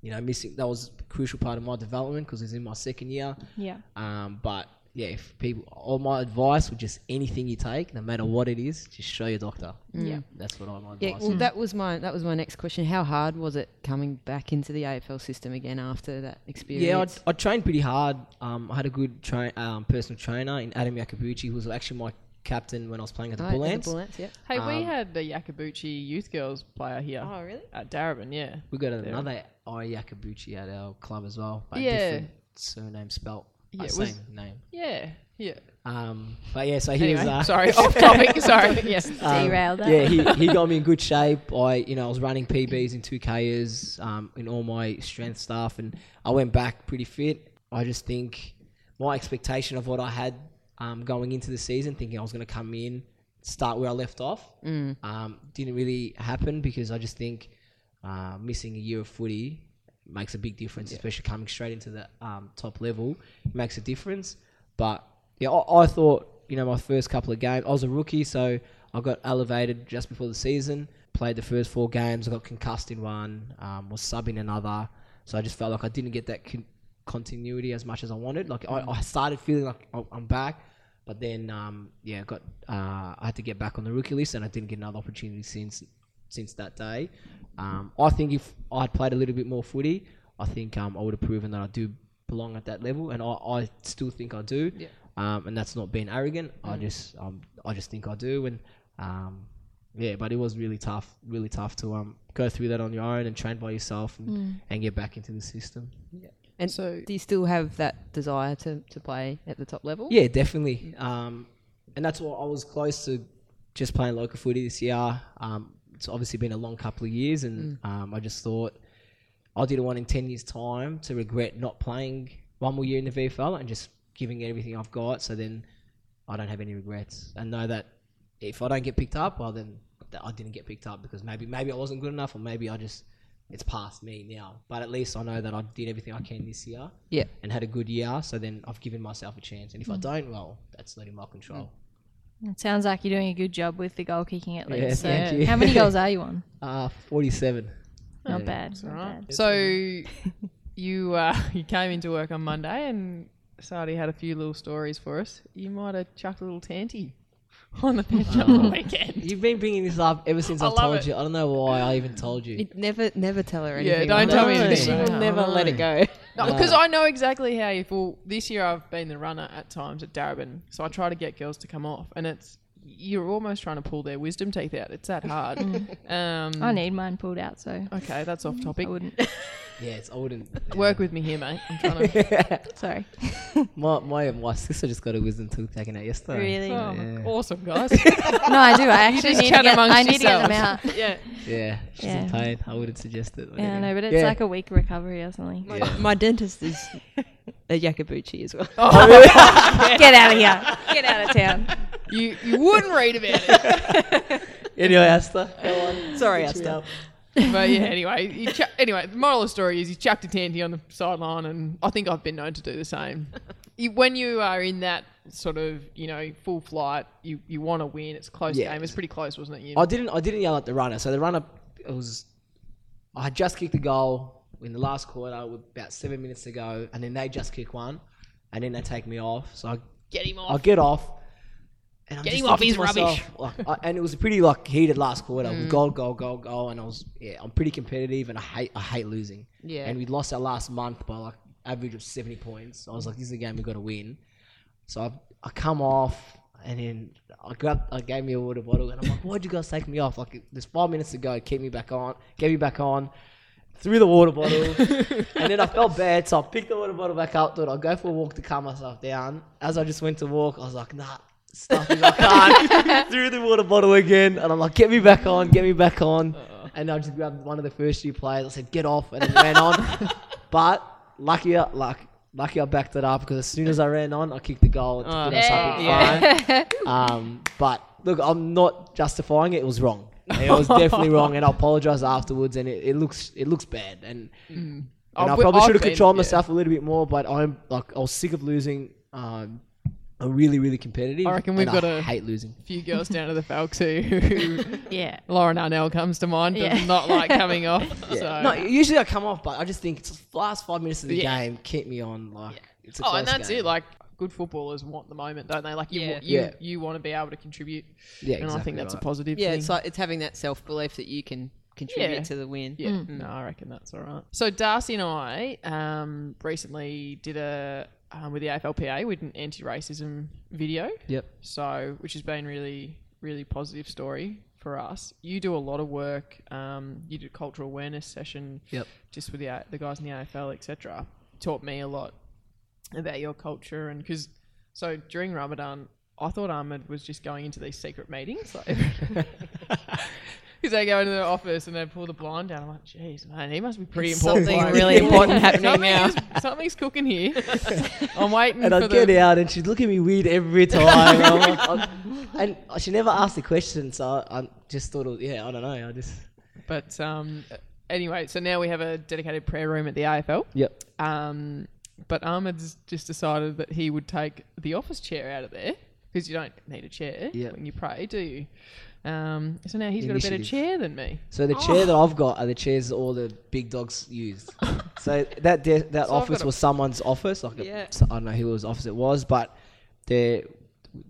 you know missing that was a crucial part of my development because it's in my second year.
yeah.
Um, but yeah, if people, all my advice would just anything you take, no matter what it is, just show your doctor.
Yeah.
That's what I my
Yeah,
advice.
well,
is.
that was my that was my next question. How hard was it coming back into the AFL system again after that
Yeah, I,
experience?
I trained pretty hard. Um, I had a good tra- um, personal trainer in Adam Yakabuchi, who was actually my captain when I was playing Oh, at the
Right,
Bull
the
Ants.
Bull Ants, yeah.
Hey,
Um,
we had the Yakabuchi youth girls player here
Oh, really?
at Darabin. Yeah,
We got
Yeah.
another Ari Yakabuchi at our club as well, but
Yeah.
different surname spelt.
Yeah,
uh,
it
same
was-
name.
yeah, yeah.
Um, but yeah, so he
Anyway,
was. Uh,
sorry, off topic. Sorry. Yes.
Um,
Derailed that
Yeah, he, he got me in good shape. I, you know, I was running PBs and 2Kers um, in all my strength stuff, and I went back pretty fit. I just think my expectation of what I had um, going into the season, thinking I was going to come in, start where I left off,
Mm.
um, didn't really happen because I just think uh, missing a year of footy makes a big difference, especially coming straight into the um, top level makes a difference. But yeah, I, I thought you know my first couple of games, I was a rookie, so I got elevated just before the season. Played the first four games, I got concussed in one, um, was sub in another, so I just felt like I didn't get that con- continuity as much as I wanted. Like I, I started feeling like I- I'm back, But then, um, yeah, got uh, I had to get back on the rookie list, and I didn't get another opportunity since since that day. Um, I think if I'd played a little bit more footy, I think um, I would have proven that I do belong at that level, and I, I still think I do.
Yeah.
Um, and that's not being arrogant. I just um, I just think I do, and um, yeah, but it was really tough, really tough to um, go through that on your own and train by yourself and, and get back into the system.
And
So-
do you still have that desire to, to play at the top level?
Yeah, definitely. Um, and that's why I was close to just playing local footy this year. Um, it's obviously been a long couple of years, and um, I just thought I didn't want in ten years' time to regret not playing one more year in the VFL and just giving everything I've got. So then I don't have any regrets, and know that if I don't get picked up, well then that I didn't get picked up because maybe maybe I wasn't good enough, or maybe I just it's past me now. But at least I know that I did everything I can this year
Yeah.
and had a good year. So then I've given myself a chance. And if I don't, well, that's not in my control.
It sounds like you're doing a good job with the goal kicking at least.
Yeah,
so
thank you.
how many goals are you on?
Uh, 47.
Not
Yeah.
bad. Not
Right.
bad.
So you uh, you came into work on Monday, and Sadi had a few little stories for us. You might have chucked a little tanty on the pitch on the weekend.
You've been bringing this up ever since
I
I,
love
told
it.
you. I don't know why I even told you.
You'd never never tell her
Yeah,
anything.
don't
like
tell me
that.
anything.
She
like
will
that.
never let it go.
No, because I know exactly how you feel. This year I've been the runner at times at Darabin, so I try to get girls to come off, and it's you're almost trying to pull their wisdom teeth out. It's that hard. um,
Mm. I need mine pulled out, so
okay, that's off
I
topic.
wouldn't.
yeah, it's, I wouldn't.
Work with me here, mate. I'm trying to.
Sorry.
My, my, my sister just got a wisdom tooth taken out yesterday.
Really?
Oh,
Yeah.
Awesome, guys.
No, I do. I actually
just
need
chat
to get,
amongst
I need to get them out.
yourselves. yeah.
Yeah, she's in
Yeah.
pain. I wouldn't suggest it.
Yeah, I know, but it's
Yeah.
like a week recovery or something.
Yeah.
My dentist is a Yakabuchi as well.
Get out of here. Get out of town.
You you wouldn't read about it.
Anyway, Asta.
Sorry, Asta.
But yeah, anyway, you chu- anyway, the moral of the story is you chucked a tanty on the sideline, and I think I've been known to do the same. You, when you are in that sort of you know full flight, you, you want to win. It's a close
Yeah.
game. It's pretty close, wasn't it? You
I didn't. I didn't yell at the runner. So the runner it was. I had just kicked a goal in the last quarter with about seven minutes to go, and then they just kick one, and then they take me off. So I
get him
I
off.
get off. And I'm
Get
just
him off,
thinking to
he's
myself, Like, I, and it was pretty like heated last quarter.
Mm.
with Goal, goal, goal, goal, and I was yeah, I'm pretty competitive, and I hate I hate losing.
Yeah.
And we lost our last month by like average of 70 points. I was like, this is a game we got to win. So I, I come off, and then I grab I gave me a water bottle, and I'm like, why'd you guys take me off? Like there's five minutes to go, keep me back on, get me back on. Threw the water bottle, and then I felt bad, so I picked the water bottle back up. Thought I'd go for a walk to calm myself down. As I just went to walk, I was like, "Nah, stuff is I can't." Threw the water bottle again, and I'm like, "Get me back on, get me back on." And I just grabbed one of the first few players. I said, "Get off," and then ran on. but lucky, luck, lucky, I backed it up because as soon as I ran on, I kicked the goal to
Oh, uh,
put us up in five. Um, but look, I'm not justifying it. It was wrong. It was definitely wrong, and I apologise afterwards. And it, it looks it looks bad. And and I,
Mm. I've-
probably
I've
should have
been-
controlled
yeah.
myself a little bit more, but I'm like I was sick of losing. Um, I'm really, really competitive.
I reckon we've
and
got
I
a-
hate losing.
A few girls down to the Falcons who
Yeah.
Lauren Arnell comes to mind, does
Yeah.
not like coming off. So.
No, usually I come off, but I just think it's the last five minutes of the
Yeah.
game keep me on. Like it's a
oh, and
close
that's
game.
it. Like good footballers want the moment, don't they? Like you,
Yeah.
want you,
Yeah.
you want to be able to contribute.
yeah,
and I think that's a
right.
positive.
Yeah,
thing.
it's like it's having that self belief that you can contribute
Yeah.
to the win.
Yeah, no, I reckon that's all right. So Darcy and I um, recently did a um, with the AFLPA with an anti-racism video.
Yep.
So which has been really really positive story for us. You do a lot of work. Um, you did a cultural awareness session.
Yep.
Just with the A- the guys in the AFL, etc. Taught me a lot about your culture and because so during Ramadan, I thought Ahmed was just going into these secret meetings, like because they go into their office and they pull the blind down. I'm like, jeez, man, he must be pretty important.
Something
bloke."
really important happening
Something
now.
is- something's cooking here. I'm waiting
And
for
I'd get
the.
out, and she'd look at me weird every time. I'm like, I'm- and she never asked the question, so I, I just thought, it was, yeah, I don't know. I just
But um, anyway, so now we have a dedicated prayer room at the AFL.
yep.
Um, but Ahmed's just decided that he would take the office chair out of there because you don't need a chair
Yep.
when you pray, do you? Um, so now he's got a better
Initiative.
chair than me.
So the chair that I've got are the chairs that all the big dogs used. so that de- that
So I've
office
got a-
was someone's office. Like a-
Yeah.
I don't know whose office it was, but the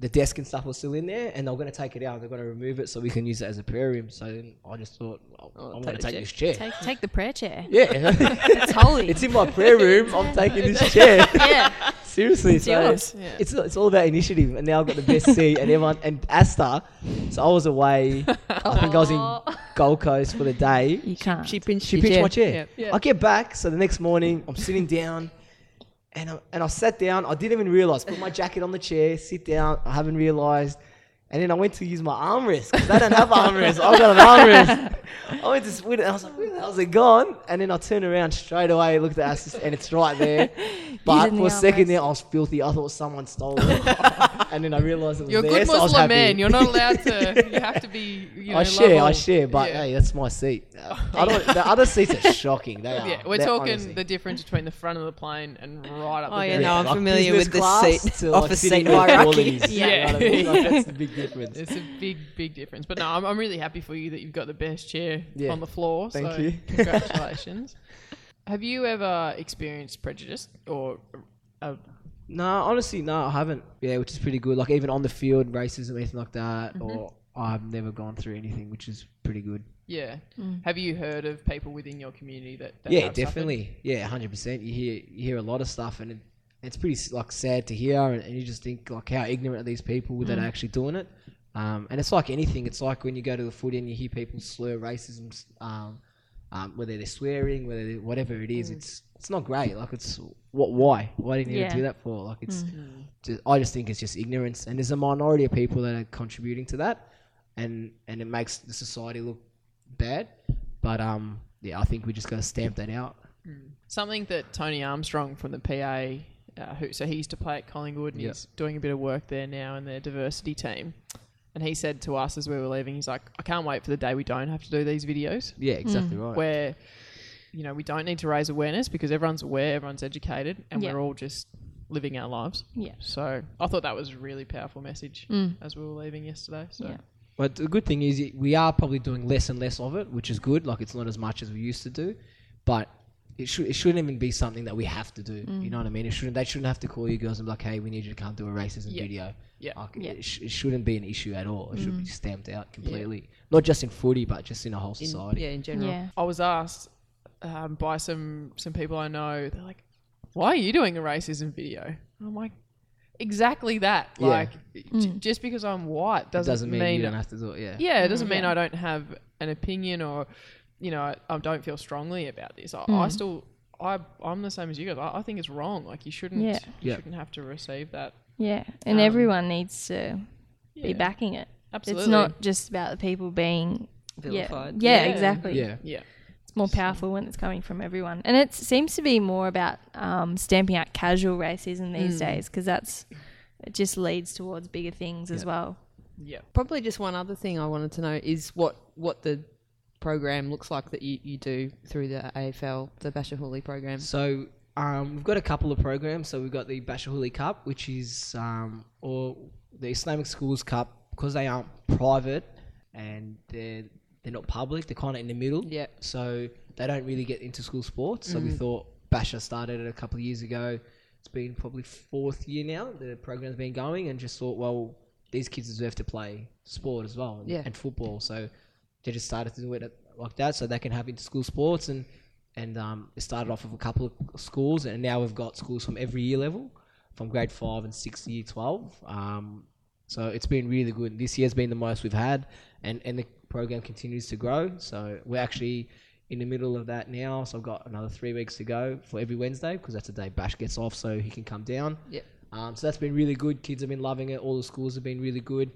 the desk and stuff was still in there, and they were going to take it out. They're going to remove it so we can use it as a prayer room. So then I just thought, well, I'm going to take this chair.
Take, take the prayer chair.
yeah,
It's holy.
it's in my prayer room. I'm taking this chair.
yeah.
Seriously,
It's
so
yours.
Yeah.
it's it's all about initiative. And now I've got the best seat, and everyone and Asta. So I was away. I think I was in Gold Coast for the day.
You can't.
She pinched,
She
your
pinched
chair.
my chair.
Yeah. Yeah.
I get back, so the next morning I'm sitting down, and I, and I sat down. I didn't even realize. Put my jacket on the chair, sit down. I haven't realized. And then I went to use my armrest. 'cause They don't have armrest. I've got an armrest. I went to split it. And I was like, where the hell's it gone? And then I turned around straight away, looked at us, and it's right there. But
Using
for a
the
second
armrest.
there, I was filthy. I thought someone stole it. and then I realized it was
You're a
there.
good
so I was
Muslim
happy.
man. You're not allowed to. You have to be. You know,
I share,
level.
I share, but
Yeah.
hey, that's my seat. I don't, the other seats are shocking. They are.
Yeah, we're
They're
talking
honestly-
the difference between the front of the plane and right up.
Oh
the
yeah,
back.
no, I'm
like
familiar
business
with this
class
seat,
to, like,
office
sitting
seat
with
hierarchy.
qualities, you
Yeah.
know what I mean? Like,
Yeah.
that's the big difference.
It's a big, big difference. But no, I'm, I'm really happy for you that you've got the best chair
Yeah.
on the floor.
Thank
so
you.
congratulations. Have you ever experienced prejudice or? Uh,
No, honestly, no, I haven't. Yeah, which is pretty good. Like even on the field, racism, anything like that,
Mm-hmm.
or I've never gone through anything, which is pretty good.
yeah. Have you heard of people within your community that? that
yeah,
have suffered?
definitely. Yeah, hundred percent. You hear you hear a lot of stuff, and it, it's pretty like sad to hear, and, and you just think like how ignorant are these people
Mm.
that are actually doing it. Um, and it's like anything. It's like when you go to the footy and you hear people slur racism, s- um, um, whether they're swearing, whether they whatever it is. It's it's not great. Like it's what? Why? Why did you
Yeah.
do that for? Like it's. Just, I just think it's just ignorance, and there's a minority of people that are contributing to that, and and it makes the society look bad. But um, yeah, I think we just got to stamp that out.
Something that Tony Armstrong from the PA, uh, who so he used to play at Collingwood and
Yeah.
he's doing a bit of work there now in their diversity team. And he said to us as we were leaving, he's like, I can't wait for the day we don't have to do these videos
Yeah, exactly right.
where, you know, we don't need to raise awareness because everyone's aware, everyone's educated, and
Yeah.
we're all just living our lives.
Yeah.
So I thought that was a really powerful message as we were leaving yesterday. So
Mm. Yeah.
But the good thing is we are probably doing less and less of it, which is good. Like it's not as much as we used to do, but it should it shouldn't even be something that we have to do. You know what I mean? It shouldn't. They shouldn't have to call you girls and be like, "Hey, we need you to come do a racism
Yeah.
video."
Yeah.
Like,
Yeah.
It, sh- it shouldn't be an issue at all. It should be stamped out completely. Not just in footy, but just in a whole society.
Yeah, in general.
Yeah.
I was asked um, by some some people I know. They're like, "Why are you doing a racism video?" I'm like, "Exactly that.
Yeah.
Like, j-
Mm.
just because I'm white
It
doesn't,
doesn't mean, you
mean,
don't have to do it. Yeah.
yeah, it doesn't mean
Yeah.
I don't have an opinion or you know I, I don't feel strongly about this. I,
Mm.
I still." I, I'm the same as you guys. I, I think it's wrong. Like you shouldn't,
Yeah.
Yeah.
you shouldn't have to receive that.
Yeah. And everyone needs to be
Um, Yeah.
backing it.
Absolutely.
It's not just about the people being yeah,
Vilified.
yeah,
Yeah.
exactly.
Yeah.
Yeah,
It's more powerful when it's coming from everyone, and it seems to be more about um, stamping out casual racism these
Hmm.
days because that's it just leads towards bigger things as well.
yeah.
Probably just one other thing I wanted to know is what what the program looks like that you, you do through the AFL, the Basher Hooley program.
So um, we've got a couple of programs. So we've got the Bashahuli Cup, which is um, or the Islamic Schools Cup because they aren't private and they're they're not public. They're kind of in the middle.
Yeah.
So they don't really get into school sports. So we thought Basha started it a couple of years ago. It's been probably fourth year now. The program's been going, and just thought, well, these kids deserve to play sport as well and,
Yeah.
and football. So they just started to do it like that, so they can have into school sports and and um, it started off with a couple of schools, and now we've got schools from every year level, from grade five and six to year twelve. Um, so it's been really good. This year's been the most we've had, and and the program continues to grow. So we're actually in the middle of that now. So I've got another three weeks to go for every Wednesday because that's the day Bash gets off, so he can come down.
Yep.
Um, so that's been really good. Kids have been loving it. All the schools have been really good.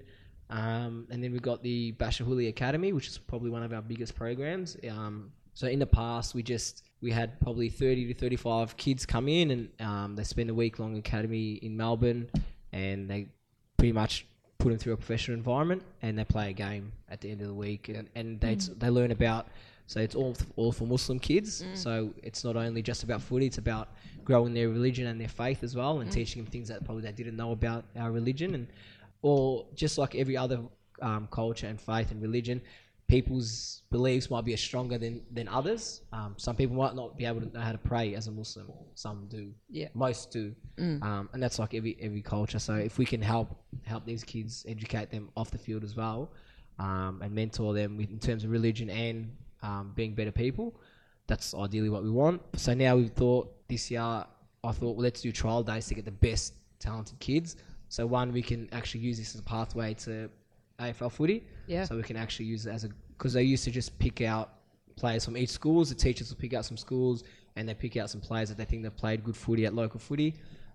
Um, and then we've got the Bashahuli Academy, which is probably one of our biggest programs. Um, so in the past, we just we had probably 30 to 35 kids come in, and um, they spend a week long academy in Melbourne, and they pretty much put them through a professional environment, and they play a game at the end of the week, and, and they they learn about. So it's all all for Muslim kids. So it's not only just about footy; it's about growing their religion and their faith as well, and teaching them things that probably they didn't know about our religion and or just like every other um, culture and faith and religion, people's beliefs might be stronger than than others. Um, some people might not be able to know how to pray as a Muslim. Some do.
Yeah.
Most do. Um, and that's like every every culture. So if we can help help these kids educate them off the field as well, um, and mentor them with, in terms of religion and um, being better people, that's ideally what we want. So now we've thought this year, I thought, well, let's do trial days to get the best talented kids. So one, we can actually use this as a pathway to AFL footy.
Yeah.
So we can actually use it as a because they used to just pick out players from each schools. The teachers will pick out some schools and they pick out some players that they think they've played good footy at local footy.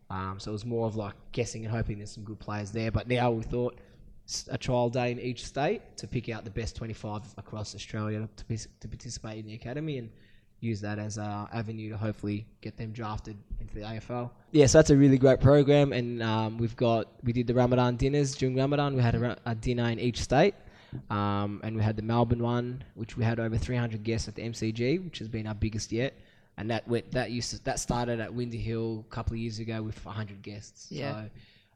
Um, so it was more of like guessing and hoping there's some good players there. But now we thought s- a trial day in each state to pick out the best 25 across Australia to, pis- to participate in the academy and use that as an avenue to hopefully get them drafted into the AFL. Yeah, so that's a really great program, and um, we've got we did the Ramadan dinners during Ramadan. We had a, ra- a dinner in each state, um, and we had the Melbourne one, which we had over 300 guests at the MCG, which has been our biggest yet. And that went, that used to, that started at Windy Hill a couple of years ago with 100 guests.
Yeah.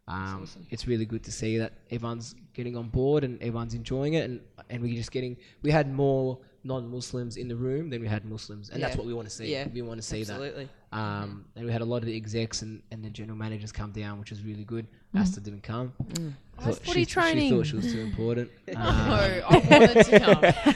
So um, It's really good to see that everyone's getting on board and everyone's enjoying it, and, and we're just getting. We had more non-Muslims in the room than we had Muslims, and that's
Yeah.
what we want to see.
Yeah,
we want to see
absolutely.
that. Um, and we had a lot of the execs and, and the general managers come down, which was really good.
Mm-hmm.
Asta didn't come.
Mm.
Thought
footy
she,
training.
She thought she was too important. Um,
No, I wanted to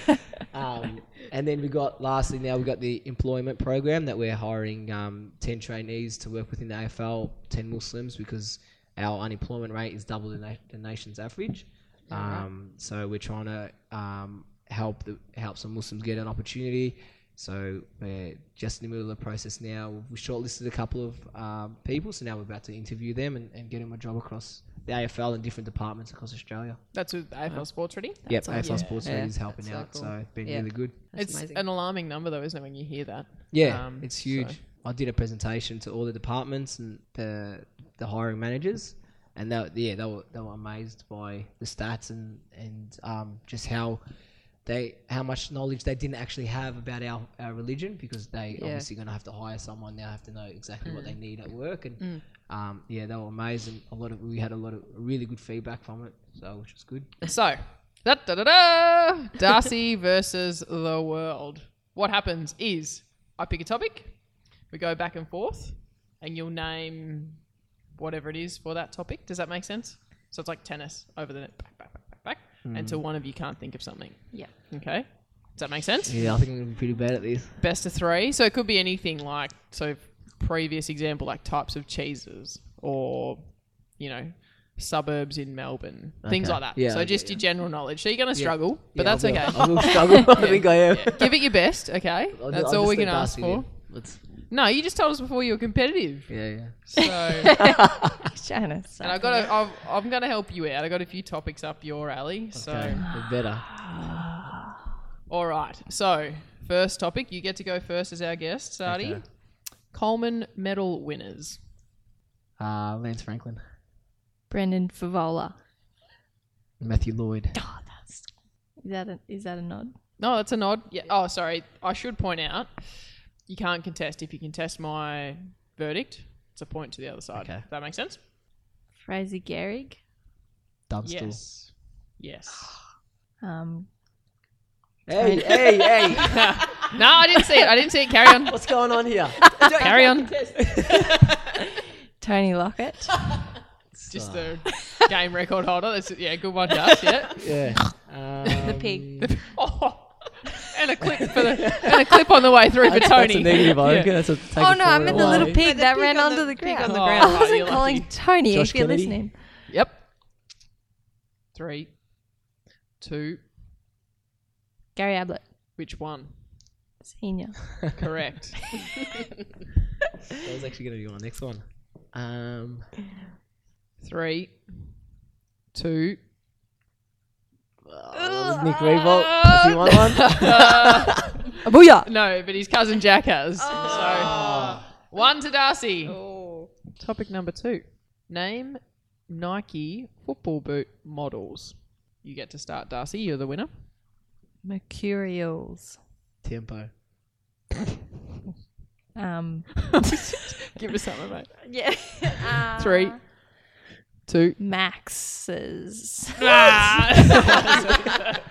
come.
um, and then we got lastly now we got the employment program that we're hiring um, 10 trainees to work within the AFL 10 Muslims because our unemployment rate is double the, na- the nation's average um, so we're trying to um, help the, help some Muslims get an opportunity so we're just in the middle of the process now we shortlisted a couple of um, people so now we're about to interview them and, and get them a job across the AFL and different departments across Australia
That's with AFL Sports Ready.
yep AFL Sports
Yeah,
League is helping
that's so
out
cool.
so it's been
Yeah.
really good
That's
it's
amazing.
an alarming number, though, isn't it, when you hear that?
Yeah,
Um,
it's huge.
so-
I did a presentation to all the departments and the the hiring managers, and they were- yeah they were they were amazed by the stats and and um, just how they how much knowledge they didn't actually have about our, our religion because they obviously going to have to hire someone now have to know exactly what they
Mm.
need at work and um, yeah they were amazed and a lot of we had a lot of really good feedback from it so which was good
So, da da da da! Darcy versus the world. What happens is I pick a topic, we go back and forth, and you'll name whatever it is for that topic. Does that make sense? So it's like tennis over the net, back, back, back, back, back, until one of you can't think of something.
Yeah.
Okay. Does that make sense?
yeah I think I'm going to be pretty bad at this
Best of three. So it could be anything like so previous example like types of cheeses or you know suburbs in Melbourne things
Okay.
like that.
Yeah,
so
I get
just
you.
your general knowledge. So you're gonna struggle, but
Yeah, I
that's
will.
okay.
I will struggle I think I am
Give it your best, okay?
I'll ju-
that's
I'll
all
just
we
let
can ask
Darcy
for.
do. Let's,
No, you just told us before you were competitive.
yeah yeah
So and
Janice.
I got a, I've, I'm gonna help you out. I got a few topics up your alley. So
okay we're better
all right. So first topic, you get to go first as our guest, Sadi.
Okay.
Coleman Medal winners.
Uh, Lance Franklin,
Brendan Favola.
Matthew Lloyd.
Is that a, is that a nod?
No, that's a nod. Yeah. Oh, sorry. I should point out you can't contest. If you contest my verdict, it's a point to the other side.
Okay.
That makes sense?
Fraser Gehrig.
Dunstall.
Yes. Yes.
Um,
Hey, hey, hey!
no, I didn't see it. I didn't see it. Carry on.
What's going on here?
Carry on.
Tony Lockett.
Just the game record holder. That's yeah, good one, Josh. Yeah.
Yeah. Um,
the pig.
Oh. And a clip for the and a clip on the way through for Tony.
That's a negative. I
Yeah.
reckon that's a take
Oh
it
no,
for
I
it
meant the little
away.
pig
the
that
pig
ran
on
onto
the-
the
pig
ground.
on the
Oh,
ground.
I
right, you're
wasn't
lucky.
calling Tony
Josh
if you're
Kennedy.
listening.
Yep. Three, two,
Gary Ablett,
which one?
senior.
Correct.
That was actually going to be my next one. Um,
Three, two,
oh, Nick Revolt. That's you want one?
Booyah!
No, but his cousin Jack has. So
Oh,
one to Darcy. Oh. Topic number two. Name Nike football boot models. You get to start, Darcy. You're the winner.
Mercurials.
Tempo.
Um,
Give us something, mate.
yeah.
Three, two.
Maxes.
Hey, I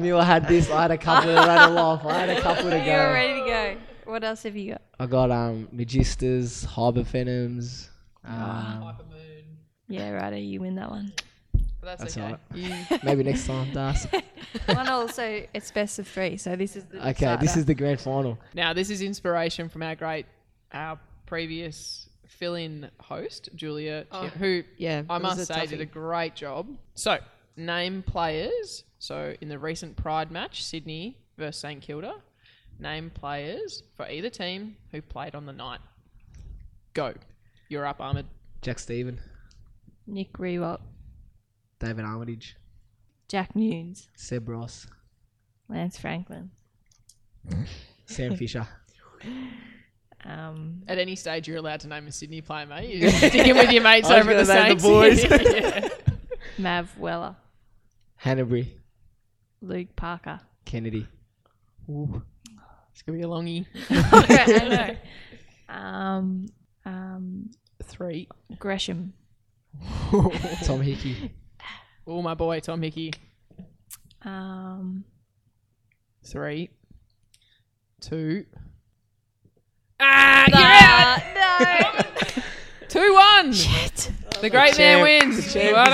knew I had this. I had a couple to rattle off. I had a couple to go.
You're ready to go. What else have you got?
I got um Magistas, Harbor Phenoms.
Ah.
Um,
Moon.
Yeah, righto, you win that one.
But that's,
That's
okay.
alright.
You-
um, maybe next time, Das.
one also, it's best of three, so this is the
Okay, this is the grand final.
now, this is inspiration from our great, our previous fill-in host, Julia, Chi- who
yeah,
I
it was
must
a
say did
toughie.
a great job. So, name players. So, in the recent Pride match, Sydney versus St Kilda, name players for either team who played on the night. Go. You're up, Ahmed.
Jack Steven,
Nick Rewalt,
David Armitage,
Jack Nunes,
Seb Ross,
Lance Franklin.
Sam Fisher.
Um,
At any stage, you're allowed to name a Sydney player, mate. You're just sticking with your mates
I was
over at the
gonna name
Saints.
the boys.
Yeah.
Mav Weller,
Hanbury,
Luke Parker.
Kennedy,
It's gonna be a longie.
I know. Um, um,
Three.
Gresham,
Tom Hickey,
Oh, my boy, Tom Hickey.
um,
Three. Two. Ah, Two one. The great man
champ-
wins.
champ
Well
is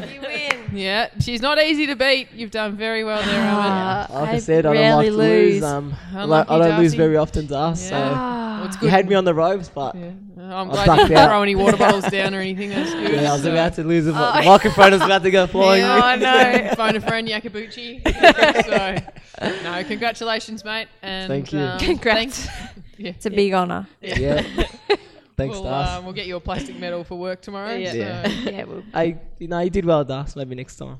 done.
you win.
Yeah, she's not easy to beat. You've done very well there, Ellen.
Ah.
Like I, said, I don't like to lose. Um, like, I
Unlucky,
don't lose
Darcy.
very often, Das. So
Well, it's
you
good.
had me on the ropes, but
Yeah. I'm
I
glad you
ducked
didn't
out.
throw any water bottles down or anything. That's good.
yeah, I was
So-
about to lose. The microphone was about to go flying.
Oh. Yeah, I
know.
Phone a friend, Yakabuchi. so, no, congratulations, mate. And
Thank you.
Um,
Congrats.
Yeah.
It's a big honour.
Yeah. Thanks,
We'll,
Das.
um, we'll get you a plastic medal for work tomorrow.
Yeah.
So.
Yeah.
Yeah, well,
I, you know, you did well, Das. Maybe next time.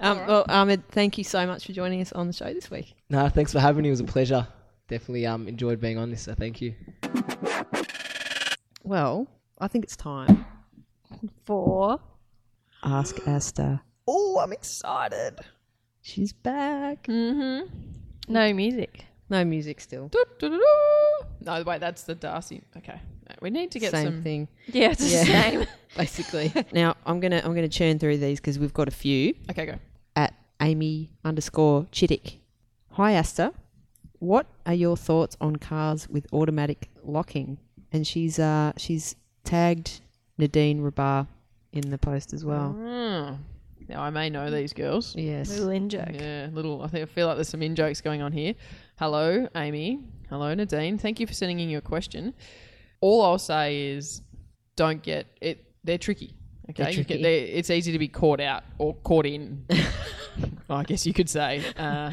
Um, well, Ahmed, thank you so much for joining us on the show this week.
No, thanks for having me. It was a pleasure. Definitely um, enjoyed being on this, so thank you.
Well, I think it's time.
four.
Ask Asta. Oh, I'm excited. She's back.
No music.
No music still.
Do-do-do-do. No, wait, that's the Darcy. Okay. No, we need to get
Same
some.
thing,
Yeah, it's
Yeah.
the same.
basically. now I'm gonna I'm gonna churn through these because we've got a few.
Okay, go.
at Amy underscore Chittick. Hi Asta, what are your thoughts on cars with automatic locking? And she's uh she's tagged Nadine Rabar in the post as well.
Hmm. Now, I may know these girls.
Yes.
Little in joke.
Yeah, little. I think I feel like there's some in jokes going on here. Hello, Amy. Hello, Nadine. Thank you for sending in your question. All I'll say is, don't get it. They're tricky. Okay,
They're
You
tricky.
get- they're- it's easy to be caught out or caught in. I guess you could say. Uh,
I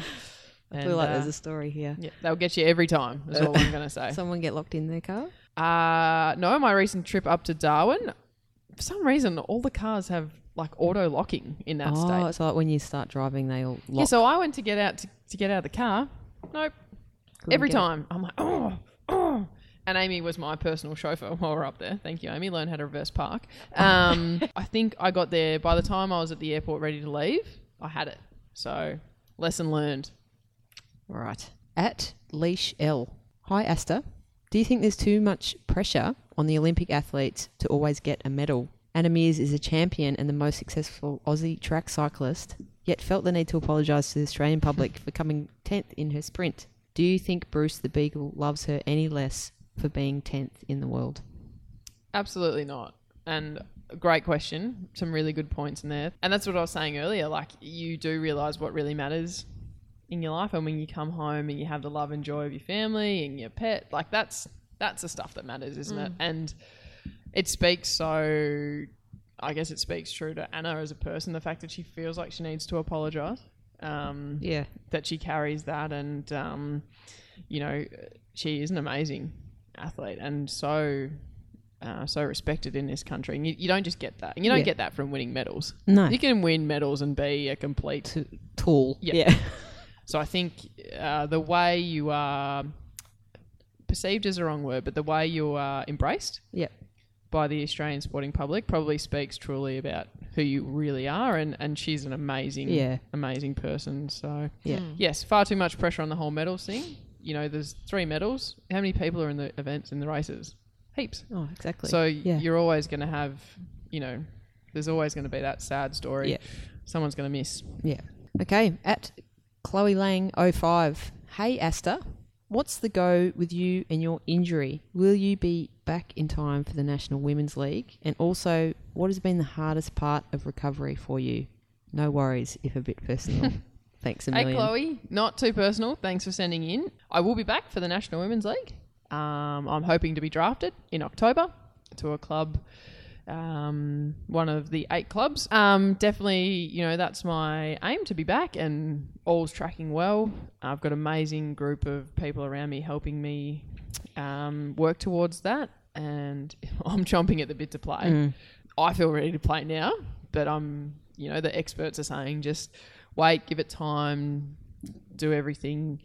and,
feel like
uh,
there's a story here.
yeah, they'll get you every time. Is all I'm going to say.
Someone get locked in their car?
Uh, no, my recent trip up to Darwin. For some reason, all the cars have like auto locking in that state.
Oh, it's like when you start driving, they all
Yeah,
lock.
so I went to get out to, to get out of the car. Nope. Every time I'm like, oh, oh. And Amy was my personal chauffeur while we we're up there. Thank you, Amy. Learn how to reverse park. Um, I think I got there by the time I was at the airport ready to leave. I had it. So lesson learned.
Right. At Leash L. Hi, Asta. Do you think there's too much pressure on the Olympic athletes to always get a medal? Anna Mears is a champion and the most successful Aussie track cyclist, yet felt the need to apologise to the Australian public for coming 10th in her sprint. Do you think Bruce the Beagle loves her any less for being 10th in the world?
Absolutely not. And a great question. Some really good points in there. And that's what I was saying earlier. Like, you do realize what really matters in your life. And when you come home and you have the love and joy of your family and your pet, like, that's that's the stuff that matters, isn't it? And it speaks so, I guess it speaks true to Anna as a person, the fact that she feels like she needs to apologize. Um,
Yeah.
that she carries that and um, you know she is an amazing athlete and so uh, so respected in this country and you, you don't just get that and you don't
Yeah.
get that from winning medals
No.
you can win medals and be a complete
Tall.
Yeah.
Yeah.
so I think uh, the way you are perceived is the wrong word but the way you are embraced
Yep.
by the Australian sporting public probably speaks truly about who you really are and, and she's an amazing
Yeah.
amazing person so
Yeah.
yes, far too much pressure on the whole medals thing. You know, there's three medals. How many people are in the events in the races? Heaps.
Oh, exactly.
So
yeah.
you're always going to have, you know, There's always going to be that sad story.
Yeah.
Someone's going to miss.
Yeah. Okay. At Chloe Lang 05. Hey, Asta. What's the go with you and your injury? Will you be back in time for the National Women's League? And also, what has been the hardest part of recovery for you? No worries if a bit personal. Thanks a million.
Hey, Chloe. Not too personal. Thanks for sending in. I will be back for the National Women's League. Um, I'm hoping to be drafted in October to a club, um, one of the eight clubs. Um, definitely, you know, that's my aim to be back, and all's tracking well. I've got an amazing group of people around me helping me um, work towards that, and I'm chomping at the bit to play.
Mm.
I feel ready to play now, but I'm, you know, the experts are saying just wait, give it time, do everything,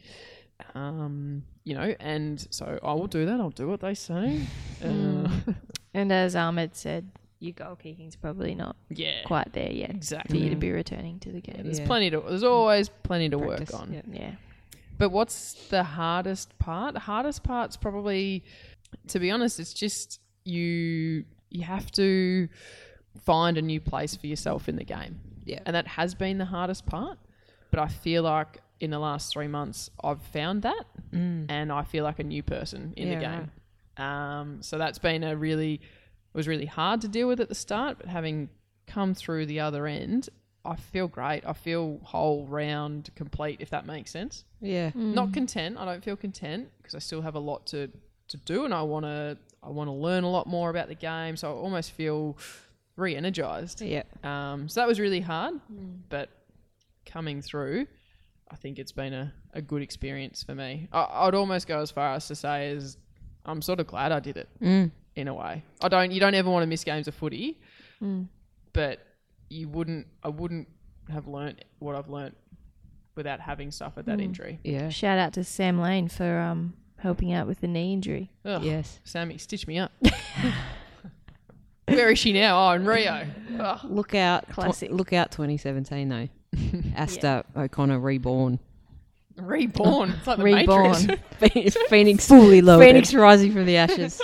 um, you know, and so I will do that. I'll do what they say. Uh,
Mm.
And as Ahmed said, your goal kicking's probably not
yeah,
quite there yet for
exactly.
you to be returning to the
Yeah,
game.
there's
Yeah.
plenty to. There's always plenty to
Practice,
work on.
yeah.
Yeah.
But what's the hardest part? The hardest part's probably, to be honest, it's just you. You have to find a new place for yourself in the game.
Yeah.
and that has been the hardest part. But I feel like in the last three months, I've found that, and I feel like a new person in
Mm. Yeah,
the game. Um, so that's been a really it was really hard to deal with at the start, but having come through the other end, I feel great. I feel whole, round, complete. If that makes sense
Yeah.
not content. I don't feel content because I still have a lot to to do, and I want to I want to learn a lot more about the game. So I almost feel re-energized.
Yeah.
Um, so that was really hard, but coming through, I think it's been a, a good experience for me. I, I'd almost go as far as to say is I'm sort of glad I did it in a way. I don't. You don't ever want to miss games of footy, but you wouldn't. I wouldn't have learnt what I've learnt without having suffered that injury.
Yeah.
Shout out to Sam Lane for um, helping out with the knee injury.
Ugh,
Yes.
Sammy, stitch me up. Where is she now? Oh, in Rio. Ugh.
Look out. tw-
Classic.
look out 2017, though. Asta O'Connor reborn.
reborn. It's like the Matrix.
Reborn.
Phoenix.
Fully loaded.
Phoenix rising from the ashes.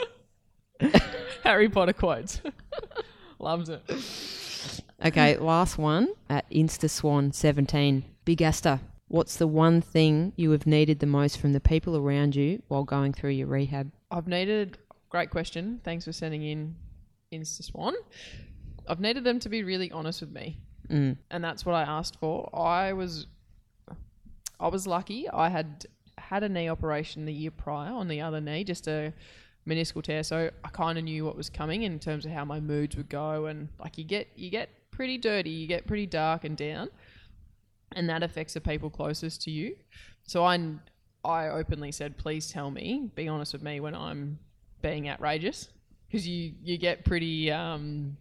Harry Potter quotes. Loves it.
Okay, last one at InstaSwan17. Big Asta, what's the one thing you have needed the most from the people around you while going through your rehab?
I've needed. Great question. Thanks for sending in Insta Swan. I've needed them to be really honest with me,
Mm.
and that's what I asked for. I was, I was lucky. I had had a knee operation the year prior on the other knee, just a meniscal tear. So I kind of knew what was coming in terms of how my moods would go, and like you get you get pretty dirty, you get pretty dark and down, and that affects the people closest to you. So I I openly said, please tell me, be honest with me when I'm being outrageous, because you you get pretty um,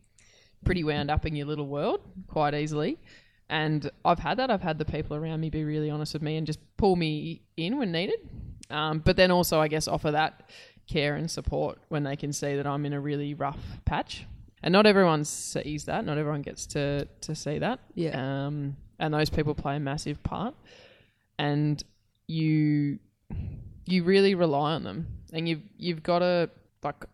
pretty wound up in your little world quite easily. And I've had that. I've had the people around me be really honest with me and just pull me in when needed. Um, but then also, I guess, offer that care and support when they can see that I'm in a really rough patch. And not everyone sees that. Not everyone gets to to see that. Yeah. Um, and those people play a massive part. And you you really rely on them, and you've you've got to like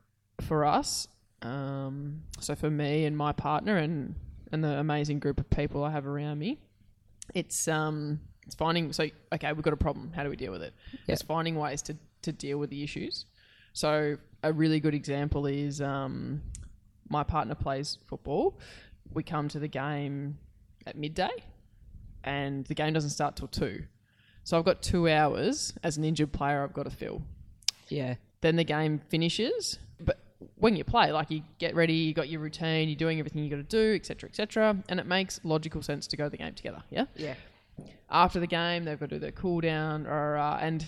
for us. Um, so for me and my partner and and the amazing group of people I have around me, it's um it's finding so okay we've got a problem. How do we deal with it? It's finding ways to to deal with the issues. So a really good example is um, my partner plays football. We come to the game at midday, and the game doesn't start till two. So I've got two hours as an injured player. I've got to fill.
Yeah.
Then the game finishes, but when you play, like you get ready, you got your routine, you're doing everything you got to do, etc., etc., and it makes logical sense to go to the game together. Yeah.
Yeah.
After the game, they've got to do their cool down, rah, rah, rah, and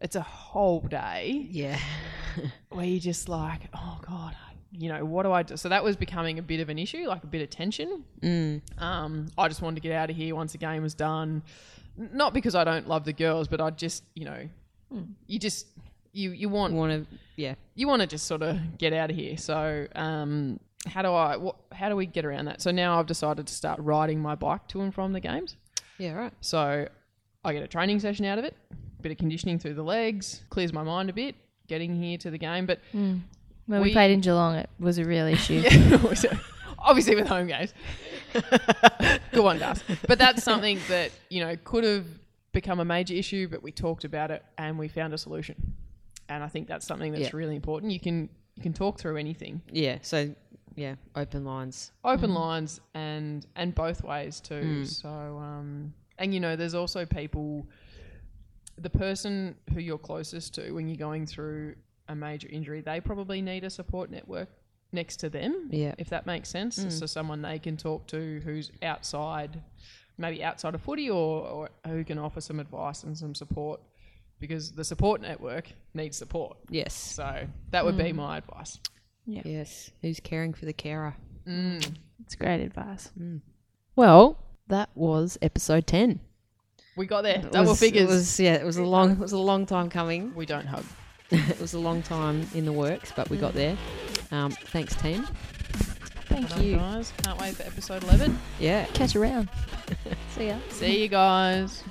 it's a whole day
Yeah.
where you're just like, oh god, I- you know, what do I do? So that was becoming a bit of an issue, like a bit of tension.
Mm.
Um, I just wanted to get out of here once the game was done. N- Not because I don't love the girls, but I just, you know, you just you you want
Want to? Yeah.
you want to just sort of get out of here. So, um, how do I? What, how do we get around that? So now I've decided to start riding my bike to and from the games.
Yeah. Right.
So I get a training session out of it, bit of conditioning through the legs, clears my mind a bit, getting here to the game. But
When we,
We-
played in Geelong, it was a real issue.
yeah, obviously with home games. Good one, Das. But that's something that you know could have become a major issue, but we talked about it and we found a solution. And I think that's something that's
Yeah.
really important. You can you can talk through anything,
Yeah. So yeah, open lines.
open lines and and both ways too.
Mm.
So um, and you know, there's also people, the person who you're closest to when you're going through a major injury, they probably need a support network next to them.
Yeah.
if that makes sense.
Mm.
So someone they can talk to who's outside, maybe outside of footy, or, or who can offer some advice and some support, because the support network needs support.
Yes.
So that would be
Mm.
my advice.
Yes. Who's caring for the carer?
Mm.
It's great advice.
Well, that was episode ten.
We got there.
It
Double
was-
figures.
It was, yeah, it was a long, it was a long time coming.
we don't hug.
It was a long time in the works, but we got there. Um, thanks, team.
Thank
Well done,
you.
guys. Can't wait for episode 11.
Yeah.
Catch around. See ya.
See you guys.